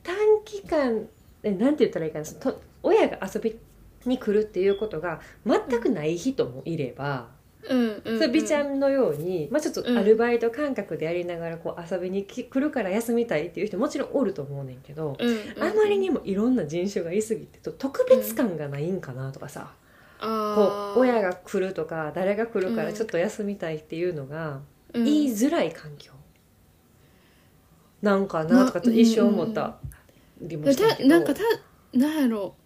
[SPEAKER 2] 短期間えなんて言ったらいいかなそのと親が遊びに来るっていうことが全くない人もいれば、
[SPEAKER 3] うんうん
[SPEAKER 2] そう美ちゃんのように、まあ、ちょっとアルバイト感覚でやりながらこう遊びに来るから休みたいっていう人もちろんおると思うねんけど、
[SPEAKER 3] うんうんうん
[SPEAKER 2] あまりにもいろんな人種がいすぎてと特別感がないんかなとかさ、
[SPEAKER 3] あー
[SPEAKER 2] こう親が来るとか誰が来るか
[SPEAKER 3] う
[SPEAKER 2] ら
[SPEAKER 3] ん
[SPEAKER 2] ちょっと休みたいっていうのが
[SPEAKER 3] うん
[SPEAKER 2] 言いづらい環境なんかなとかと一生思ったりもしたけ
[SPEAKER 3] たなん
[SPEAKER 2] ど
[SPEAKER 3] かたなんやろ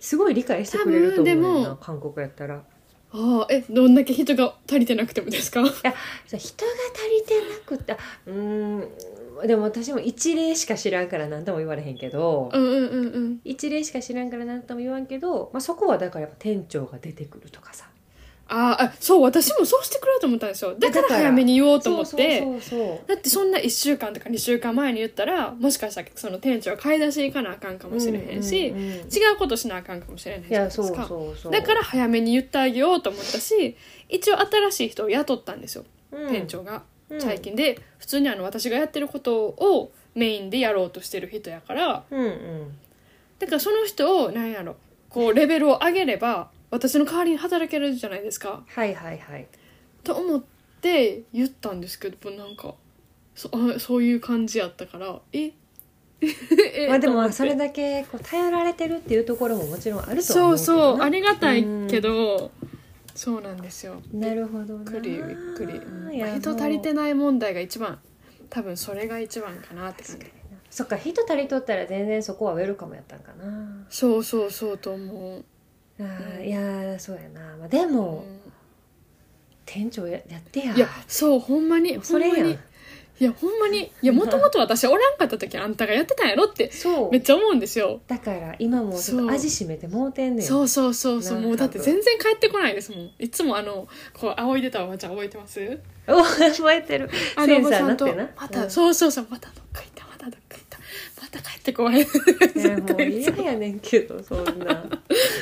[SPEAKER 2] すごい理解してくれると思う
[SPEAKER 3] 多
[SPEAKER 2] よ
[SPEAKER 3] 分で
[SPEAKER 2] な
[SPEAKER 3] も
[SPEAKER 2] 韓国やったら。
[SPEAKER 3] ああえどんだけ人が足りてなくてもですか
[SPEAKER 2] そう人が足りてなくてあうーんでも私も一例しか知らんから何とも言われへんけど、
[SPEAKER 3] うんうんうんうん
[SPEAKER 2] 一例しか知らんから何とも言わんけど、まあ、そこはだからやっぱ店長が出てくるとかさ
[SPEAKER 3] あーあそう私もそうしてくれると思ったんですよだから
[SPEAKER 2] だから
[SPEAKER 3] 早めに言おうと思って
[SPEAKER 2] そうそうそうそう
[SPEAKER 3] だってそんな1週間とか2週間前に言ったらもしかしたらその店長は買い出し行かなあかんかもしれへんし、
[SPEAKER 2] うんうんうんい
[SPEAKER 3] 違うことしなあかんかもしれないじゃない
[SPEAKER 2] や
[SPEAKER 3] です
[SPEAKER 2] そ
[SPEAKER 3] か
[SPEAKER 2] うそうそう
[SPEAKER 3] だから早めに言ってあげようと思ったし一応新しい人を雇ったんですよ、店、長が
[SPEAKER 2] うん
[SPEAKER 3] 最、近で普通にあの私がやってることをメインでやろうとしてる人やから
[SPEAKER 2] うんうん、
[SPEAKER 3] だからその人をなんやろこうレベルを上げれば私の代わりに働けるじゃないですか
[SPEAKER 2] はいはいはい
[SPEAKER 3] と思って言ったんですけどなんかそ あそういう感じやったからえ え
[SPEAKER 2] まあで
[SPEAKER 3] と思っ
[SPEAKER 2] も
[SPEAKER 3] て
[SPEAKER 2] それだけこう頼られてるっていうところももちろんあるとは
[SPEAKER 3] そ
[SPEAKER 2] 思う
[SPEAKER 3] う
[SPEAKER 2] けどな
[SPEAKER 3] そうありがたいけどそうなんですよ
[SPEAKER 2] なるほどな
[SPEAKER 3] びっくりびっくり、うん
[SPEAKER 2] いや
[SPEAKER 3] 人足りてない問題が一番多分それが一番かなって感じ
[SPEAKER 2] そっか人足りとったら全然そこはウェルカムやったんかな
[SPEAKER 3] そうそうそうと思う、
[SPEAKER 2] あー
[SPEAKER 3] うん
[SPEAKER 2] いやーそうやな、まあ、で
[SPEAKER 3] う
[SPEAKER 2] も、
[SPEAKER 3] ん
[SPEAKER 2] 店長ややってや
[SPEAKER 3] いやそうほんまにほ
[SPEAKER 2] そ
[SPEAKER 3] んま
[SPEAKER 2] れや
[SPEAKER 3] に
[SPEAKER 2] ん
[SPEAKER 3] いやほんまにいやもともと私おらんかった時あんたがやってたんやろって
[SPEAKER 2] そう
[SPEAKER 3] めっちゃ思うんですよ
[SPEAKER 2] だから今もちょっ
[SPEAKER 3] そう
[SPEAKER 2] と味しめてもうてんねん
[SPEAKER 3] そうそうそうそう
[SPEAKER 2] なんか
[SPEAKER 3] もうだって全然帰ってこないですもんいつもあのこう仰いでたおばちゃん覚えてます
[SPEAKER 2] お覚え てる
[SPEAKER 3] あ
[SPEAKER 2] セ
[SPEAKER 3] のお
[SPEAKER 2] ン
[SPEAKER 3] ば
[SPEAKER 2] サ
[SPEAKER 3] ち
[SPEAKER 2] ー
[SPEAKER 3] ゃ
[SPEAKER 2] なんって
[SPEAKER 3] と
[SPEAKER 2] な
[SPEAKER 3] また、
[SPEAKER 2] うん
[SPEAKER 3] そうそうそうまたどっか行ったまたどっか行ったまた帰ってこ ない
[SPEAKER 2] ねもう嫌やねんけどそん な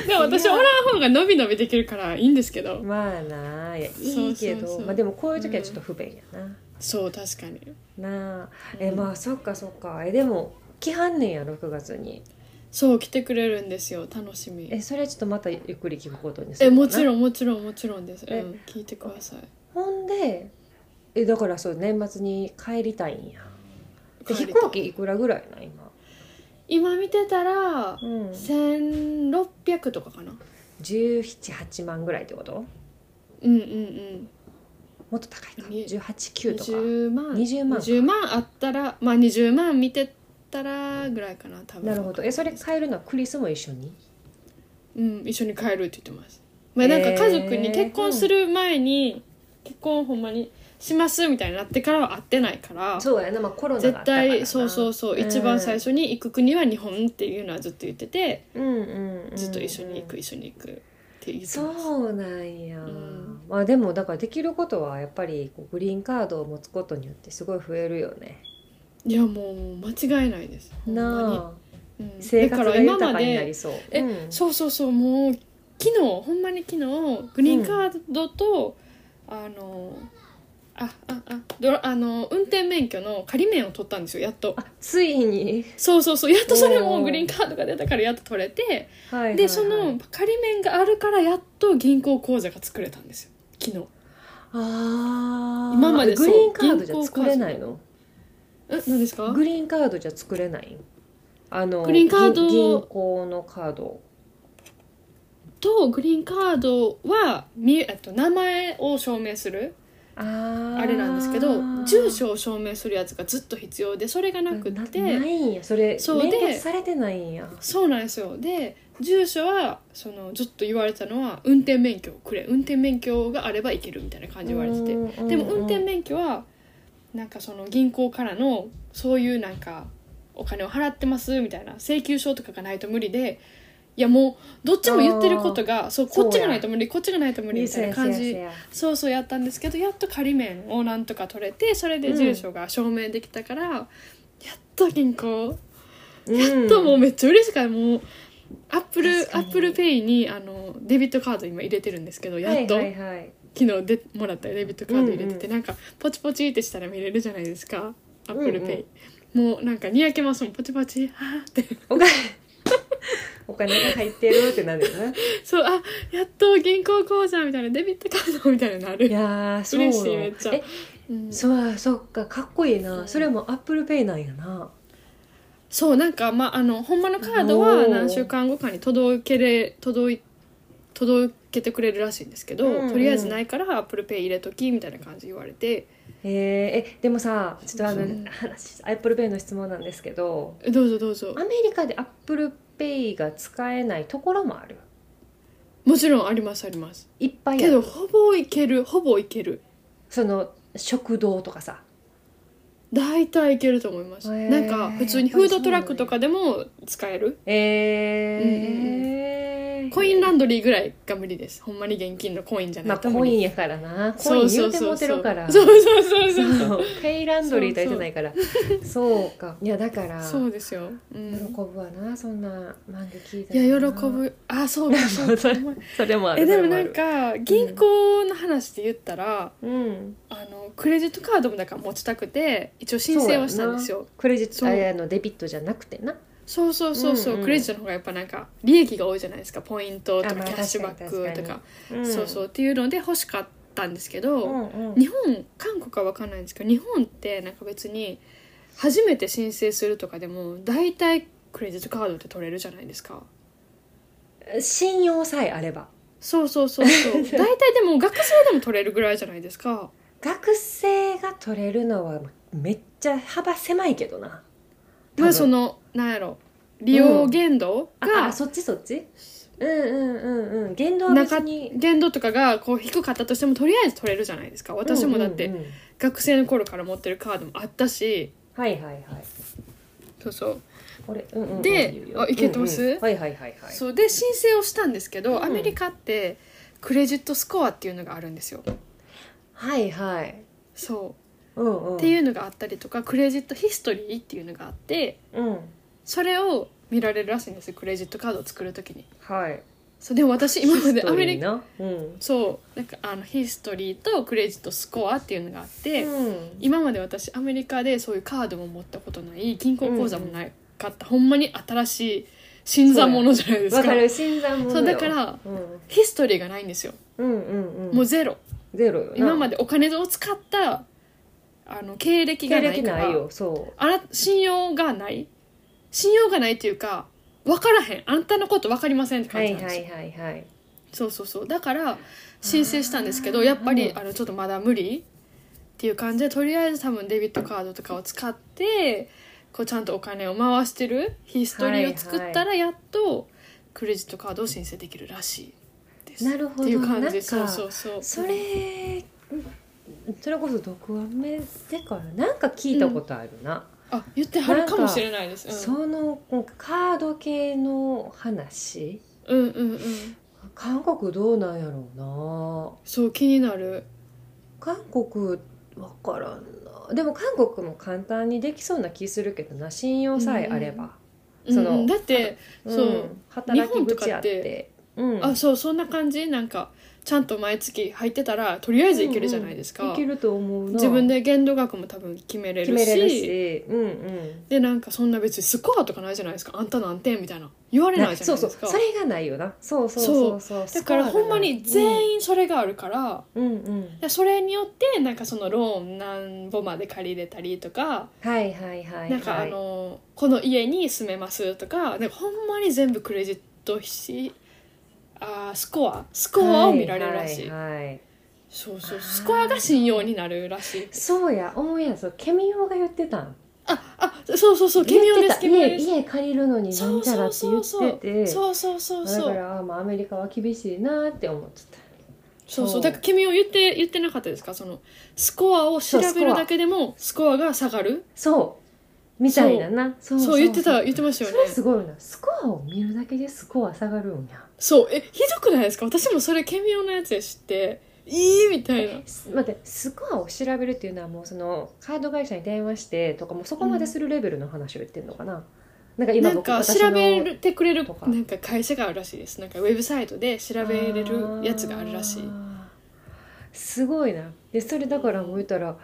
[SPEAKER 3] でも私おらん方が伸び伸びできるからいいんですけど
[SPEAKER 2] まあないやいいけ
[SPEAKER 3] そう
[SPEAKER 2] ど
[SPEAKER 3] そうそう
[SPEAKER 2] まあでもこういう時はちょっと不便やな、
[SPEAKER 3] そう確かに
[SPEAKER 2] なあえ
[SPEAKER 3] うん
[SPEAKER 2] まあそっかそっかえでも来はんねんや6月に
[SPEAKER 3] そう来てくれるんですよ楽しみ
[SPEAKER 2] えそれはちょっとまたゆっくり聞くことにす
[SPEAKER 3] え
[SPEAKER 2] る
[SPEAKER 3] もち
[SPEAKER 2] ん
[SPEAKER 3] ろんもちろんもちろんです、う
[SPEAKER 2] え
[SPEAKER 3] ん、聞いてください
[SPEAKER 2] ほんでえだからそう年末に帰りたいんやで
[SPEAKER 3] 帰
[SPEAKER 2] 飛
[SPEAKER 3] りたい
[SPEAKER 2] 行機いくらぐらいなん今、
[SPEAKER 3] 今見てたら
[SPEAKER 2] うん、
[SPEAKER 3] 1600とかかな
[SPEAKER 2] 178万ぐらいってこと
[SPEAKER 3] うんうんうん
[SPEAKER 2] もっと高いか
[SPEAKER 3] に
[SPEAKER 2] 189とか
[SPEAKER 3] 20万
[SPEAKER 2] 20万か
[SPEAKER 3] 20万あったらまあ20万見てたらぐらいかな多分
[SPEAKER 2] なるほどえそれ買えるのはクリスも一緒に
[SPEAKER 3] うん一緒に帰るって言ってますまあなんか
[SPEAKER 2] へー
[SPEAKER 3] 家族に結婚する前に、結婚ほんまにしますみたいになってからは会ってないから
[SPEAKER 2] そうやな、まあ、コロナがあ
[SPEAKER 3] 絶
[SPEAKER 2] ったからな
[SPEAKER 3] 対そうそうそう、一番最、初に行く国は日本っていうのはずっと言ってて
[SPEAKER 2] うんうんうん、
[SPEAKER 3] ずっと一緒に行く、一緒に行くって言ってます
[SPEAKER 2] そうなんや、
[SPEAKER 3] ん
[SPEAKER 2] まあでもだからできることはやっぱりこうグリーンカードを持つことによってすごい増えるよね
[SPEAKER 3] いやもう間違いないですほんまに
[SPEAKER 2] なあ
[SPEAKER 3] うん
[SPEAKER 2] 生活が豊
[SPEAKER 3] だ
[SPEAKER 2] か
[SPEAKER 3] から
[SPEAKER 2] に
[SPEAKER 3] 今ま
[SPEAKER 2] な
[SPEAKER 3] で
[SPEAKER 2] りそう
[SPEAKER 3] え
[SPEAKER 2] うん
[SPEAKER 3] そうそうそうもう昨日ほんまに昨日グリーンカードと、あのあああドラあの運転免許の仮免を取ったんですよやっと
[SPEAKER 2] あついに、
[SPEAKER 3] そうそうそうやっとそれ
[SPEAKER 2] お
[SPEAKER 3] も
[SPEAKER 2] ー
[SPEAKER 3] グリーンカードが出たからやっと取れて
[SPEAKER 2] はいはいはい
[SPEAKER 3] でその仮免があるからやっと銀行口座が作れたんですよ昨日
[SPEAKER 2] あー
[SPEAKER 3] 今までそう
[SPEAKER 2] グリーンカードじゃ作れないの
[SPEAKER 3] え何ですか
[SPEAKER 2] グリーンカードじゃ作れないあの
[SPEAKER 3] グリーンカード
[SPEAKER 2] 銀銀行のカード
[SPEAKER 3] とグリーンカードはみえっと名前を証明する
[SPEAKER 2] あ
[SPEAKER 3] あれなんですけど住所を証明するやつがずっと必要でそれがな
[SPEAKER 2] な
[SPEAKER 3] くっ
[SPEAKER 2] な
[SPEAKER 3] て
[SPEAKER 2] いんやそれ
[SPEAKER 3] そう
[SPEAKER 2] 連
[SPEAKER 3] で
[SPEAKER 2] 結されてないんや
[SPEAKER 3] そうなんですよで住所はそのずっと言われてたのは運転免許をくれ運転免許があれば行けるみたいな感じで言われてて
[SPEAKER 2] て
[SPEAKER 3] でも運転免許はなんかその銀行からのそういうなんかお金を払ってますみたいな請求書とかがないと無理でいやもうどっちも言ってることがそうこっちがないと無理こっちがないと無理みたいな感じそうそうやったんですけどやっと仮免をなんとか取れてそれで住所が証明できたから、やっと銀行
[SPEAKER 2] や
[SPEAKER 3] ともうめっちゃ嬉しかったもうアップル
[SPEAKER 2] 確
[SPEAKER 3] ア
[SPEAKER 2] かに
[SPEAKER 3] ップルペイにあのデビットカード今入れてるんですけどやっと、
[SPEAKER 2] はいはいはい
[SPEAKER 3] 昨日でもらったデビットカード入れてて、
[SPEAKER 2] うん
[SPEAKER 3] なんかポチポチってしたら見れるじゃないですかアップルペイ、
[SPEAKER 2] うん
[SPEAKER 3] もうなんかにやけますもんポチポチあーって
[SPEAKER 2] お金お金が入ってるってなるよ ね
[SPEAKER 3] そうあやっと銀行口座みたいなデビットカードみたいにないる、
[SPEAKER 2] やーそう
[SPEAKER 3] 嬉しいめっちゃ
[SPEAKER 2] え
[SPEAKER 3] うん
[SPEAKER 2] そうそっかかっこいい
[SPEAKER 3] そ
[SPEAKER 2] な
[SPEAKER 3] う
[SPEAKER 2] それもアップルペイなんやな
[SPEAKER 3] そうなんかまああのほんまのカードは
[SPEAKER 2] おー
[SPEAKER 3] 何週間後かに届けれ届い届けてくれるらしいんですけど、
[SPEAKER 2] うんうん
[SPEAKER 3] とりあえずないからアップルペイ入れときみたいな感じ言われて
[SPEAKER 2] えーえでもさちょっとあ
[SPEAKER 3] そう
[SPEAKER 2] の話アップルペイの質問なんですけど
[SPEAKER 3] えどうぞどうぞ
[SPEAKER 2] アメリカでアップルペイが使えないところもある
[SPEAKER 3] もちろんありますあります
[SPEAKER 2] いっぱいあ
[SPEAKER 3] けど
[SPEAKER 2] る
[SPEAKER 3] ほぼいけるほぼいける
[SPEAKER 2] その食堂とかさ
[SPEAKER 3] 大体いけると思います、
[SPEAKER 2] へー
[SPEAKER 3] なんか普通にフードトラックとかでも使える
[SPEAKER 2] えー
[SPEAKER 3] コインランドリーぐらいが無理ですほんまに現金のコインじゃな
[SPEAKER 2] ま
[SPEAKER 3] い
[SPEAKER 2] あ
[SPEAKER 3] と
[SPEAKER 2] コイン
[SPEAKER 3] ン
[SPEAKER 2] やからなコ
[SPEAKER 3] そ
[SPEAKER 2] イ
[SPEAKER 3] う
[SPEAKER 2] ン言
[SPEAKER 3] そうう
[SPEAKER 2] て
[SPEAKER 3] そ
[SPEAKER 2] も
[SPEAKER 3] う
[SPEAKER 2] うて
[SPEAKER 3] そ
[SPEAKER 2] る
[SPEAKER 3] う
[SPEAKER 2] から
[SPEAKER 3] そうそうそうそう
[SPEAKER 2] そうペイランドリーとは言ってないからそうかいやだから
[SPEAKER 3] そ
[SPEAKER 2] 喜
[SPEAKER 3] うですよ、うん、
[SPEAKER 2] ぶわなそんな漫画聞いた
[SPEAKER 3] い
[SPEAKER 2] ら
[SPEAKER 3] や
[SPEAKER 2] な
[SPEAKER 3] 喜ぶあそうかそう か
[SPEAKER 2] それもある
[SPEAKER 3] えでも
[SPEAKER 2] それ
[SPEAKER 3] なん
[SPEAKER 2] ある
[SPEAKER 3] か銀行の話で言ったら、
[SPEAKER 2] うん
[SPEAKER 3] あのクレジットカードもだから持ちたくて一応申請はしたんですよ
[SPEAKER 2] クレジッ
[SPEAKER 3] そ
[SPEAKER 2] ト
[SPEAKER 3] う
[SPEAKER 2] あいやあのデビットじゃなくてな
[SPEAKER 3] そうそうそうそう、
[SPEAKER 2] うんうん
[SPEAKER 3] クレジットの方がやっぱなんか利益が多いじゃないですかポイントと
[SPEAKER 2] あ
[SPEAKER 3] か
[SPEAKER 2] まあ
[SPEAKER 3] キャッシュバッ
[SPEAKER 2] 確か
[SPEAKER 3] ク
[SPEAKER 2] に
[SPEAKER 3] と
[SPEAKER 2] 確
[SPEAKER 3] か
[SPEAKER 2] か、
[SPEAKER 3] そうそうっていうので欲しかったんですけ
[SPEAKER 2] う
[SPEAKER 3] ど、
[SPEAKER 2] んうん
[SPEAKER 3] 日本韓国は分かんないんですけど日本ってなんか別に初めて申請するとかでも大体クレジットカードって取れるじゃないですか
[SPEAKER 2] 信用さえあれば
[SPEAKER 3] そうそうそうそう 大体でも学生でも取れるぐらいじゃないですか
[SPEAKER 2] 学生が取れるのはめっちゃ幅狭いけどな
[SPEAKER 3] まあ
[SPEAKER 2] 多分
[SPEAKER 3] そのなんやろ利用限度
[SPEAKER 2] あ
[SPEAKER 3] が、
[SPEAKER 2] あそっちそっちうんうんうんうん言動は別に
[SPEAKER 3] 限度とかがこう低かったとしてもとりあえず取れるじゃないですか私もだっ
[SPEAKER 2] うん
[SPEAKER 3] て
[SPEAKER 2] うんうん
[SPEAKER 3] 学生の頃から持ってるカードもあったし
[SPEAKER 2] はいはいはい
[SPEAKER 3] そうそう
[SPEAKER 2] これ、うんうんうん、
[SPEAKER 3] で
[SPEAKER 2] いいよ
[SPEAKER 3] あいけてます
[SPEAKER 2] うんうんはいはいはいはい
[SPEAKER 3] そうで申請をしたんですけど、
[SPEAKER 2] うん
[SPEAKER 3] アメリカってクレジットスコアっていうのがあるんですよ
[SPEAKER 2] はいはい
[SPEAKER 3] そ
[SPEAKER 2] うんうん、
[SPEAKER 3] うっていううのがあったりとかクレジットヒストリーっていうのがあって
[SPEAKER 2] うん、
[SPEAKER 3] それを見られるらしいんですよクレジットカードを作る時に
[SPEAKER 2] はい
[SPEAKER 3] そうでも私今までアメリカ
[SPEAKER 2] カうん、
[SPEAKER 3] そうなんかあのヒストリーとクレジットスコアっていうのがあって、
[SPEAKER 2] うん、
[SPEAKER 3] 今まで私アメリカでそういうカードも持ったことない銀行口座もなかった、ほんまに新しい新参者じゃないです
[SPEAKER 2] わ
[SPEAKER 3] か
[SPEAKER 2] かる新参者
[SPEAKER 3] そうだか
[SPEAKER 2] よ
[SPEAKER 3] ら
[SPEAKER 2] うん、
[SPEAKER 3] ヒストリーがないんですよ、
[SPEAKER 2] うんうんうん
[SPEAKER 3] もうゼロ
[SPEAKER 2] ゼロよな
[SPEAKER 3] 今ま
[SPEAKER 2] で
[SPEAKER 3] でお金を使ったあの経歴が
[SPEAKER 2] 経
[SPEAKER 3] ない
[SPEAKER 2] 歴
[SPEAKER 3] から
[SPEAKER 2] ないよそ
[SPEAKER 3] あら信用がない信用がないっていうか分からへんあんたのこと分かりませんって
[SPEAKER 2] う
[SPEAKER 3] 感
[SPEAKER 2] は
[SPEAKER 3] じ
[SPEAKER 2] い
[SPEAKER 3] なんですよ、
[SPEAKER 2] はいはいはい
[SPEAKER 3] そうそうそうだから申請したんですけどやっぱり
[SPEAKER 2] うん
[SPEAKER 3] あのちょっとまだ無理っていう感じでとりあえず多分デビットカードとかを使ってこうちゃんとお金を回してるヒストリーを作ったらやっとクレジットカードを申請できるらしいです。
[SPEAKER 2] なるほど
[SPEAKER 3] っていう感じ
[SPEAKER 2] なんか
[SPEAKER 3] そうそうそう
[SPEAKER 2] それそれこそ毒アメでからなんか聞いたことあるな、
[SPEAKER 3] あ言ってはるかもしれないです。うん
[SPEAKER 2] そのカード系の話
[SPEAKER 3] うんうんうん
[SPEAKER 2] 韓国どうなんやろうな
[SPEAKER 3] そう気になる
[SPEAKER 2] 韓国わからんなでも韓国も簡単にできそうな気するけどな信用さえあれば、その
[SPEAKER 3] うんだって
[SPEAKER 2] うん
[SPEAKER 3] そう
[SPEAKER 2] 働き口あってうん、
[SPEAKER 3] あそうそんな感じなんかちゃんと毎月入ってたらとりあえずいけるじゃないですか。
[SPEAKER 2] うんうんいけると思うな
[SPEAKER 3] 自分で限度額も多分決めれ
[SPEAKER 2] 決
[SPEAKER 3] るし
[SPEAKER 2] めれるし、うんうん、
[SPEAKER 3] でなんかそんな別にスコアとかないじゃないですかあんた何点みたいな言われないじゃ
[SPEAKER 2] そ
[SPEAKER 3] な
[SPEAKER 2] う
[SPEAKER 3] いで
[SPEAKER 2] そう
[SPEAKER 3] すか
[SPEAKER 2] それがないよなそうそうそうそう
[SPEAKER 3] だからほんまに
[SPEAKER 2] 員、
[SPEAKER 3] 全員それがあるから、
[SPEAKER 2] うんうん、
[SPEAKER 3] でそれによってなんかそのローン何歩まで借りれたりとか、
[SPEAKER 2] はいはいはいはい
[SPEAKER 3] なんかあのこの家に住めますとかなんかほんまに全部クレジットしあースコアスコアを見られるらしい、
[SPEAKER 2] はいはいはい
[SPEAKER 3] そう
[SPEAKER 2] あ
[SPEAKER 3] そう
[SPEAKER 2] ー
[SPEAKER 3] スコアが信用になるらしい
[SPEAKER 2] そうやオンエアそうケミオが言ってたん
[SPEAKER 3] ああそうそうそう奇妙です奇
[SPEAKER 2] 言っ
[SPEAKER 3] 妙
[SPEAKER 2] てた
[SPEAKER 3] です
[SPEAKER 2] 家家借りるのになんちゃらって言ってて
[SPEAKER 3] そうそうそう
[SPEAKER 2] だ
[SPEAKER 3] そ
[SPEAKER 2] か
[SPEAKER 3] う
[SPEAKER 2] らあまあアメリカは厳しいなって思ってた
[SPEAKER 3] そう
[SPEAKER 2] そ
[SPEAKER 3] そううだから君を言って言ってなかったですかそのスコアを調
[SPEAKER 2] そう
[SPEAKER 3] べ
[SPEAKER 2] スコ
[SPEAKER 3] る
[SPEAKER 2] ア
[SPEAKER 3] だけでもスコアが下がる
[SPEAKER 2] そうみたいななそ
[SPEAKER 3] そう言ってた言ってましたよ
[SPEAKER 2] そ
[SPEAKER 3] ね
[SPEAKER 2] れすごいなスコアを見るだけでスコア下がるんや
[SPEAKER 3] そうえひどくないですか私もそれケミオのやつで知っていいみたいな
[SPEAKER 2] す待ってスコアを調べるっていうのはもうそのカード会社に電話してとかもうそこまでするレベルの話を言ってるのかな、なんか今
[SPEAKER 3] なん
[SPEAKER 2] 僕
[SPEAKER 3] か
[SPEAKER 2] 私
[SPEAKER 3] 調
[SPEAKER 2] の
[SPEAKER 3] べてくれる
[SPEAKER 2] とか
[SPEAKER 3] なんか会社があるらしいですなんかウェブサイトで調べれるやつがあるらし
[SPEAKER 2] あ
[SPEAKER 3] い
[SPEAKER 2] ーすごいなでそれだからもう言ったら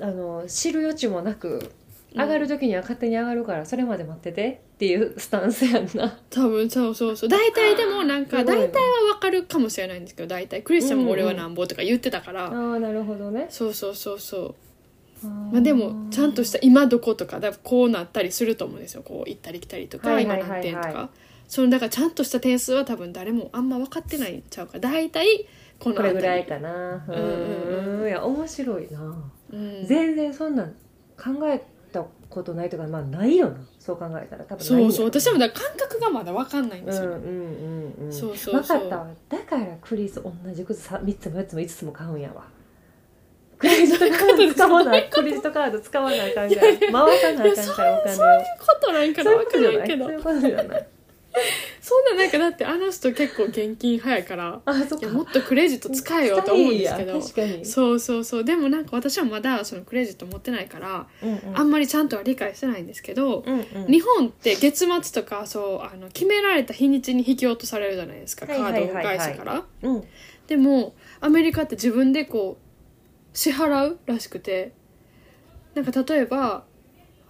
[SPEAKER 2] あの知る余地もなく上がる
[SPEAKER 3] うん
[SPEAKER 2] 時には勝手に上がるからそれまで待っててっていうスタンスやんな
[SPEAKER 3] 多分そうそうそう大体でもなんか
[SPEAKER 2] すごい
[SPEAKER 3] 大
[SPEAKER 2] な
[SPEAKER 3] 体は分かるかもしれないんですけど大体クリスチャンも俺はなんぼとか言ってたから、
[SPEAKER 2] ああなるほどね
[SPEAKER 3] そうそうそうそう
[SPEAKER 2] ま
[SPEAKER 3] まあ、でもちゃんとした今どことかだからこうなったりすると思うんですよこう行ったり来たりとか
[SPEAKER 2] はい
[SPEAKER 3] 今
[SPEAKER 2] はいはいは
[SPEAKER 3] 何
[SPEAKER 2] い
[SPEAKER 3] 点とかそのだからちゃんとした点数は多分誰もあんま分かってないんちゃうか大体この
[SPEAKER 2] これぐらい
[SPEAKER 3] か、
[SPEAKER 2] かな。う
[SPEAKER 3] の辺り
[SPEAKER 2] ん、いや面白いな。
[SPEAKER 3] うん、
[SPEAKER 2] 全然そんなん考えたことないとかまあないよな。そう考えたら多分ない
[SPEAKER 3] そ
[SPEAKER 2] よ
[SPEAKER 3] うそう私はだから感覚がまだ分かんないん
[SPEAKER 2] う
[SPEAKER 3] ですよ、
[SPEAKER 2] んうんうんうん。
[SPEAKER 3] そうそう
[SPEAKER 2] わ
[SPEAKER 3] そ
[SPEAKER 2] か
[SPEAKER 3] う
[SPEAKER 2] ったわだからクリス同じ靴さ3つも4つも5つも買うんや わクレジットカード使わないクレジットカード使わないあかんから回さないあかんからお金を
[SPEAKER 3] ことないから分か
[SPEAKER 2] そういう
[SPEAKER 3] ら
[SPEAKER 2] こ
[SPEAKER 3] な
[SPEAKER 2] と
[SPEAKER 3] い
[SPEAKER 2] じ
[SPEAKER 3] けど
[SPEAKER 2] ゃないそういうことじゃない
[SPEAKER 3] そんななんかだってあの人結構現金派やから
[SPEAKER 2] あそっ
[SPEAKER 3] いや
[SPEAKER 2] か
[SPEAKER 3] もっとクレジット使えよと思うんですけ
[SPEAKER 2] 使いや
[SPEAKER 3] ど
[SPEAKER 2] 確かに
[SPEAKER 3] そうそうそうでもなんか私はまだそのクレジット持ってないから
[SPEAKER 2] うんうん
[SPEAKER 3] あんまりちゃんとは理解してないんですけど
[SPEAKER 2] うんうん
[SPEAKER 3] 日本って月末とかそうあの決められた日にちに引き落とされるじゃないですかカ
[SPEAKER 2] はいは
[SPEAKER 3] ー
[SPEAKER 2] いはい
[SPEAKER 3] ド
[SPEAKER 2] は
[SPEAKER 3] を返
[SPEAKER 2] い
[SPEAKER 3] したから。
[SPEAKER 2] うん
[SPEAKER 3] でもアメリカって自分でこう支払うらしくてなんか例えば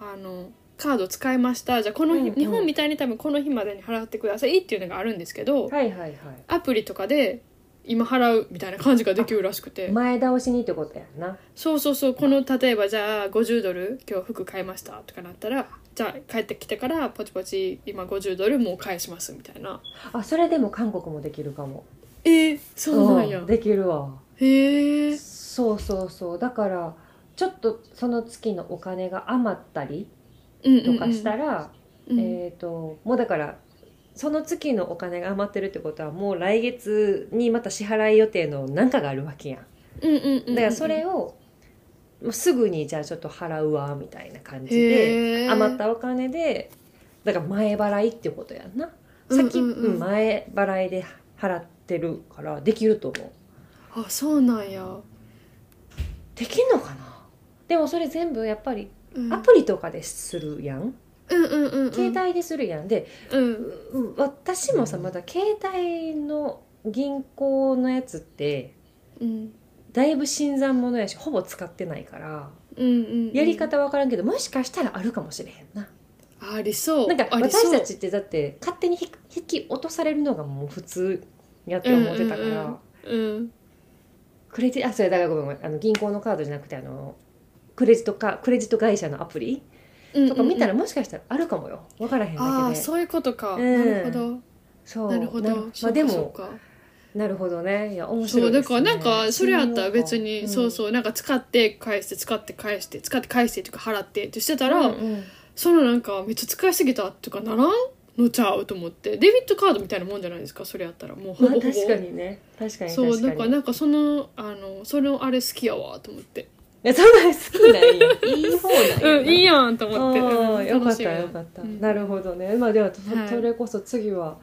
[SPEAKER 3] あのカード使いましたじゃあこの日、
[SPEAKER 2] うんうん
[SPEAKER 3] 日本みたいに多分この日までに払ってくださいっていうのがあるんですけど、
[SPEAKER 2] はいはいは
[SPEAKER 3] アプリとかで今払うみたいな感じができるらしくて
[SPEAKER 2] い前倒しにってことやんな
[SPEAKER 3] そうそうそうこの例えばじゃあ50ドル今日服買いましたとかなったらじゃあ帰ってきてからポチポチ今50ドルもう返しますみたいな
[SPEAKER 2] あそれでも韓国もできるかも
[SPEAKER 3] えー、そうなんや
[SPEAKER 2] うんできるわ
[SPEAKER 3] へえ
[SPEAKER 2] そうそうそうだからちょっとその月のお金が余ったりとかしたら、
[SPEAKER 3] うんうんうん
[SPEAKER 2] えー、ともうだからその月のお金が余ってるってことはもう来月にまた支払い予定の何かがあるわけやん
[SPEAKER 3] うんうんうんうん
[SPEAKER 2] だからそれを、まあすぐにじゃあちょっと払うわみたいな感じで
[SPEAKER 3] へー
[SPEAKER 2] 余ったお金でだから前払いってことやんな
[SPEAKER 3] うんうんうん
[SPEAKER 2] 先、うん前払いで払ってるからできると思う
[SPEAKER 3] あそうなんや、
[SPEAKER 2] できんのかなでもそれ全部やっぱり
[SPEAKER 3] うん、
[SPEAKER 2] アプリとかでするやん、
[SPEAKER 3] うんうんうんうん
[SPEAKER 2] 携帯でするやんで
[SPEAKER 3] うん
[SPEAKER 2] うん私もさまだ携帯の銀行のやつって
[SPEAKER 3] うん
[SPEAKER 2] だいぶ新参者やしほぼ使ってないから
[SPEAKER 3] うんうん
[SPEAKER 2] やり方わからんけど、もしかしたらあるかもしれへんな
[SPEAKER 3] ありそう
[SPEAKER 2] なんか
[SPEAKER 3] ありそう
[SPEAKER 2] 私たちってだって勝手に引き引き落とされるのがもう普通やって思ってたから、
[SPEAKER 3] うんうんうんうん
[SPEAKER 2] クレジあそれだからごめんごめんあの銀行のカードじゃなくてあのクレジットかクレジット会社のアプリとか見たら
[SPEAKER 3] うん
[SPEAKER 2] もしかしたらあるかもよわからへん
[SPEAKER 3] うん
[SPEAKER 2] だ
[SPEAKER 3] うんああ
[SPEAKER 2] け
[SPEAKER 3] ー
[SPEAKER 2] で
[SPEAKER 3] そういうことか、
[SPEAKER 2] うん
[SPEAKER 3] なるほど
[SPEAKER 2] そう
[SPEAKER 3] なるほど
[SPEAKER 2] ま
[SPEAKER 3] そ
[SPEAKER 2] あ
[SPEAKER 3] う
[SPEAKER 2] で
[SPEAKER 3] か
[SPEAKER 2] も
[SPEAKER 3] そうか
[SPEAKER 2] なるほどねいや面
[SPEAKER 3] そ
[SPEAKER 2] 白
[SPEAKER 3] う
[SPEAKER 2] い
[SPEAKER 3] だ
[SPEAKER 2] です
[SPEAKER 3] から
[SPEAKER 2] ね
[SPEAKER 3] なんかそれやったら別に、そう
[SPEAKER 2] う
[SPEAKER 3] そうなんか使って返して使って返して使って返してとか払ってってしてたら、
[SPEAKER 2] うんうん
[SPEAKER 3] そのなんかめっちゃ使いすぎたとかならんのちゃうと思ってデビットカードみたいなもんじゃないですかそれやったらもうほ
[SPEAKER 2] まあ
[SPEAKER 3] ぼほぼ、
[SPEAKER 2] 確かにね確かに
[SPEAKER 3] そう
[SPEAKER 2] 確
[SPEAKER 3] だ
[SPEAKER 2] か
[SPEAKER 3] から
[SPEAKER 2] に
[SPEAKER 3] なんかそのあのそのあれ好きやわと思って
[SPEAKER 2] いやそんなに好きなんやいい方なん や
[SPEAKER 3] うんいい
[SPEAKER 2] や
[SPEAKER 3] やんと思ってうん
[SPEAKER 2] よかっ
[SPEAKER 3] 楽したみや
[SPEAKER 2] よかった、
[SPEAKER 3] うん
[SPEAKER 2] なるほどねまあではそ
[SPEAKER 3] はい
[SPEAKER 2] それこそ次は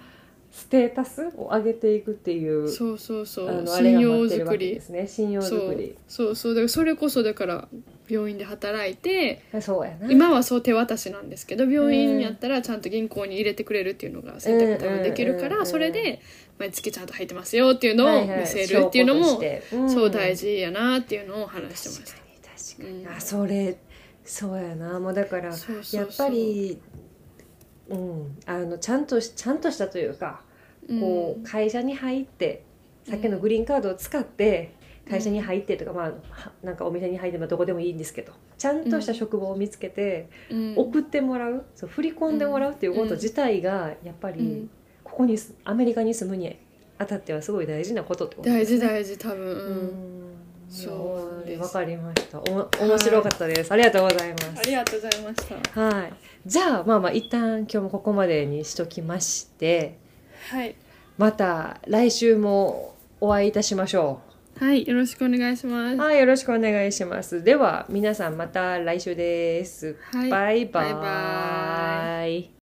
[SPEAKER 2] ステータスを上げていくっていう
[SPEAKER 3] そうそうそ
[SPEAKER 2] あ
[SPEAKER 3] う
[SPEAKER 2] のあれ
[SPEAKER 3] 信
[SPEAKER 2] が
[SPEAKER 3] 用
[SPEAKER 2] 待ってる
[SPEAKER 3] づ
[SPEAKER 2] わ
[SPEAKER 3] く
[SPEAKER 2] けで
[SPEAKER 3] り
[SPEAKER 2] すね信用
[SPEAKER 3] そ
[SPEAKER 2] 作
[SPEAKER 3] う
[SPEAKER 2] り
[SPEAKER 3] そうそうだからそれこそだから病院で働いて
[SPEAKER 2] そうやな
[SPEAKER 3] 今はそう手渡しなんですけど病院やったらちゃんと銀行に入れてくれるっていうのが選択多分できるか
[SPEAKER 2] うんうんうんう
[SPEAKER 3] ら
[SPEAKER 2] ん
[SPEAKER 3] それで毎月ちゃんと入ってますよっていうの
[SPEAKER 2] は
[SPEAKER 3] を
[SPEAKER 2] いはい
[SPEAKER 3] 見せるっていうの
[SPEAKER 2] 証
[SPEAKER 3] も
[SPEAKER 2] 拠としてうん
[SPEAKER 3] そう大事やなっていうのを話してま
[SPEAKER 2] 確
[SPEAKER 3] し
[SPEAKER 2] か
[SPEAKER 3] た。
[SPEAKER 2] に確かに、
[SPEAKER 3] うん
[SPEAKER 2] あそれそうやなもうだから
[SPEAKER 3] そうそうそう
[SPEAKER 2] やっぱ、りうんあのちゃんとしちゃんとしたというか
[SPEAKER 3] うん
[SPEAKER 2] こう会社に入ってさっきのグリーンカードを使って会社に入ってとか、まあはなんかお店に入ってもどこでもいいんですけどちゃんとした職場を見つけて
[SPEAKER 3] うん
[SPEAKER 2] 送ってもらう,、そう振り込んでもらうっていうこと自体がやっぱ
[SPEAKER 3] う
[SPEAKER 2] り
[SPEAKER 3] ん
[SPEAKER 2] ここにすアメリカに住むにあたってはすごい大事なことってこと
[SPEAKER 3] 大事
[SPEAKER 2] 事
[SPEAKER 3] 大事多分、う
[SPEAKER 2] うんん
[SPEAKER 3] そうです
[SPEAKER 2] わかりましたおも面白かったです、ありがとうございます
[SPEAKER 3] ありがとうございました。
[SPEAKER 2] はいじゃあまあまあ一旦今日もここまでにしときまして
[SPEAKER 3] はい、
[SPEAKER 2] また来週もお会いいたしましょ
[SPEAKER 3] はい、よろしくお願いします。
[SPEAKER 2] う。
[SPEAKER 3] は
[SPEAKER 2] はい、よろしくお願いします。では、皆さんまた来週です。
[SPEAKER 3] い、
[SPEAKER 2] バイバイ。
[SPEAKER 3] バイバ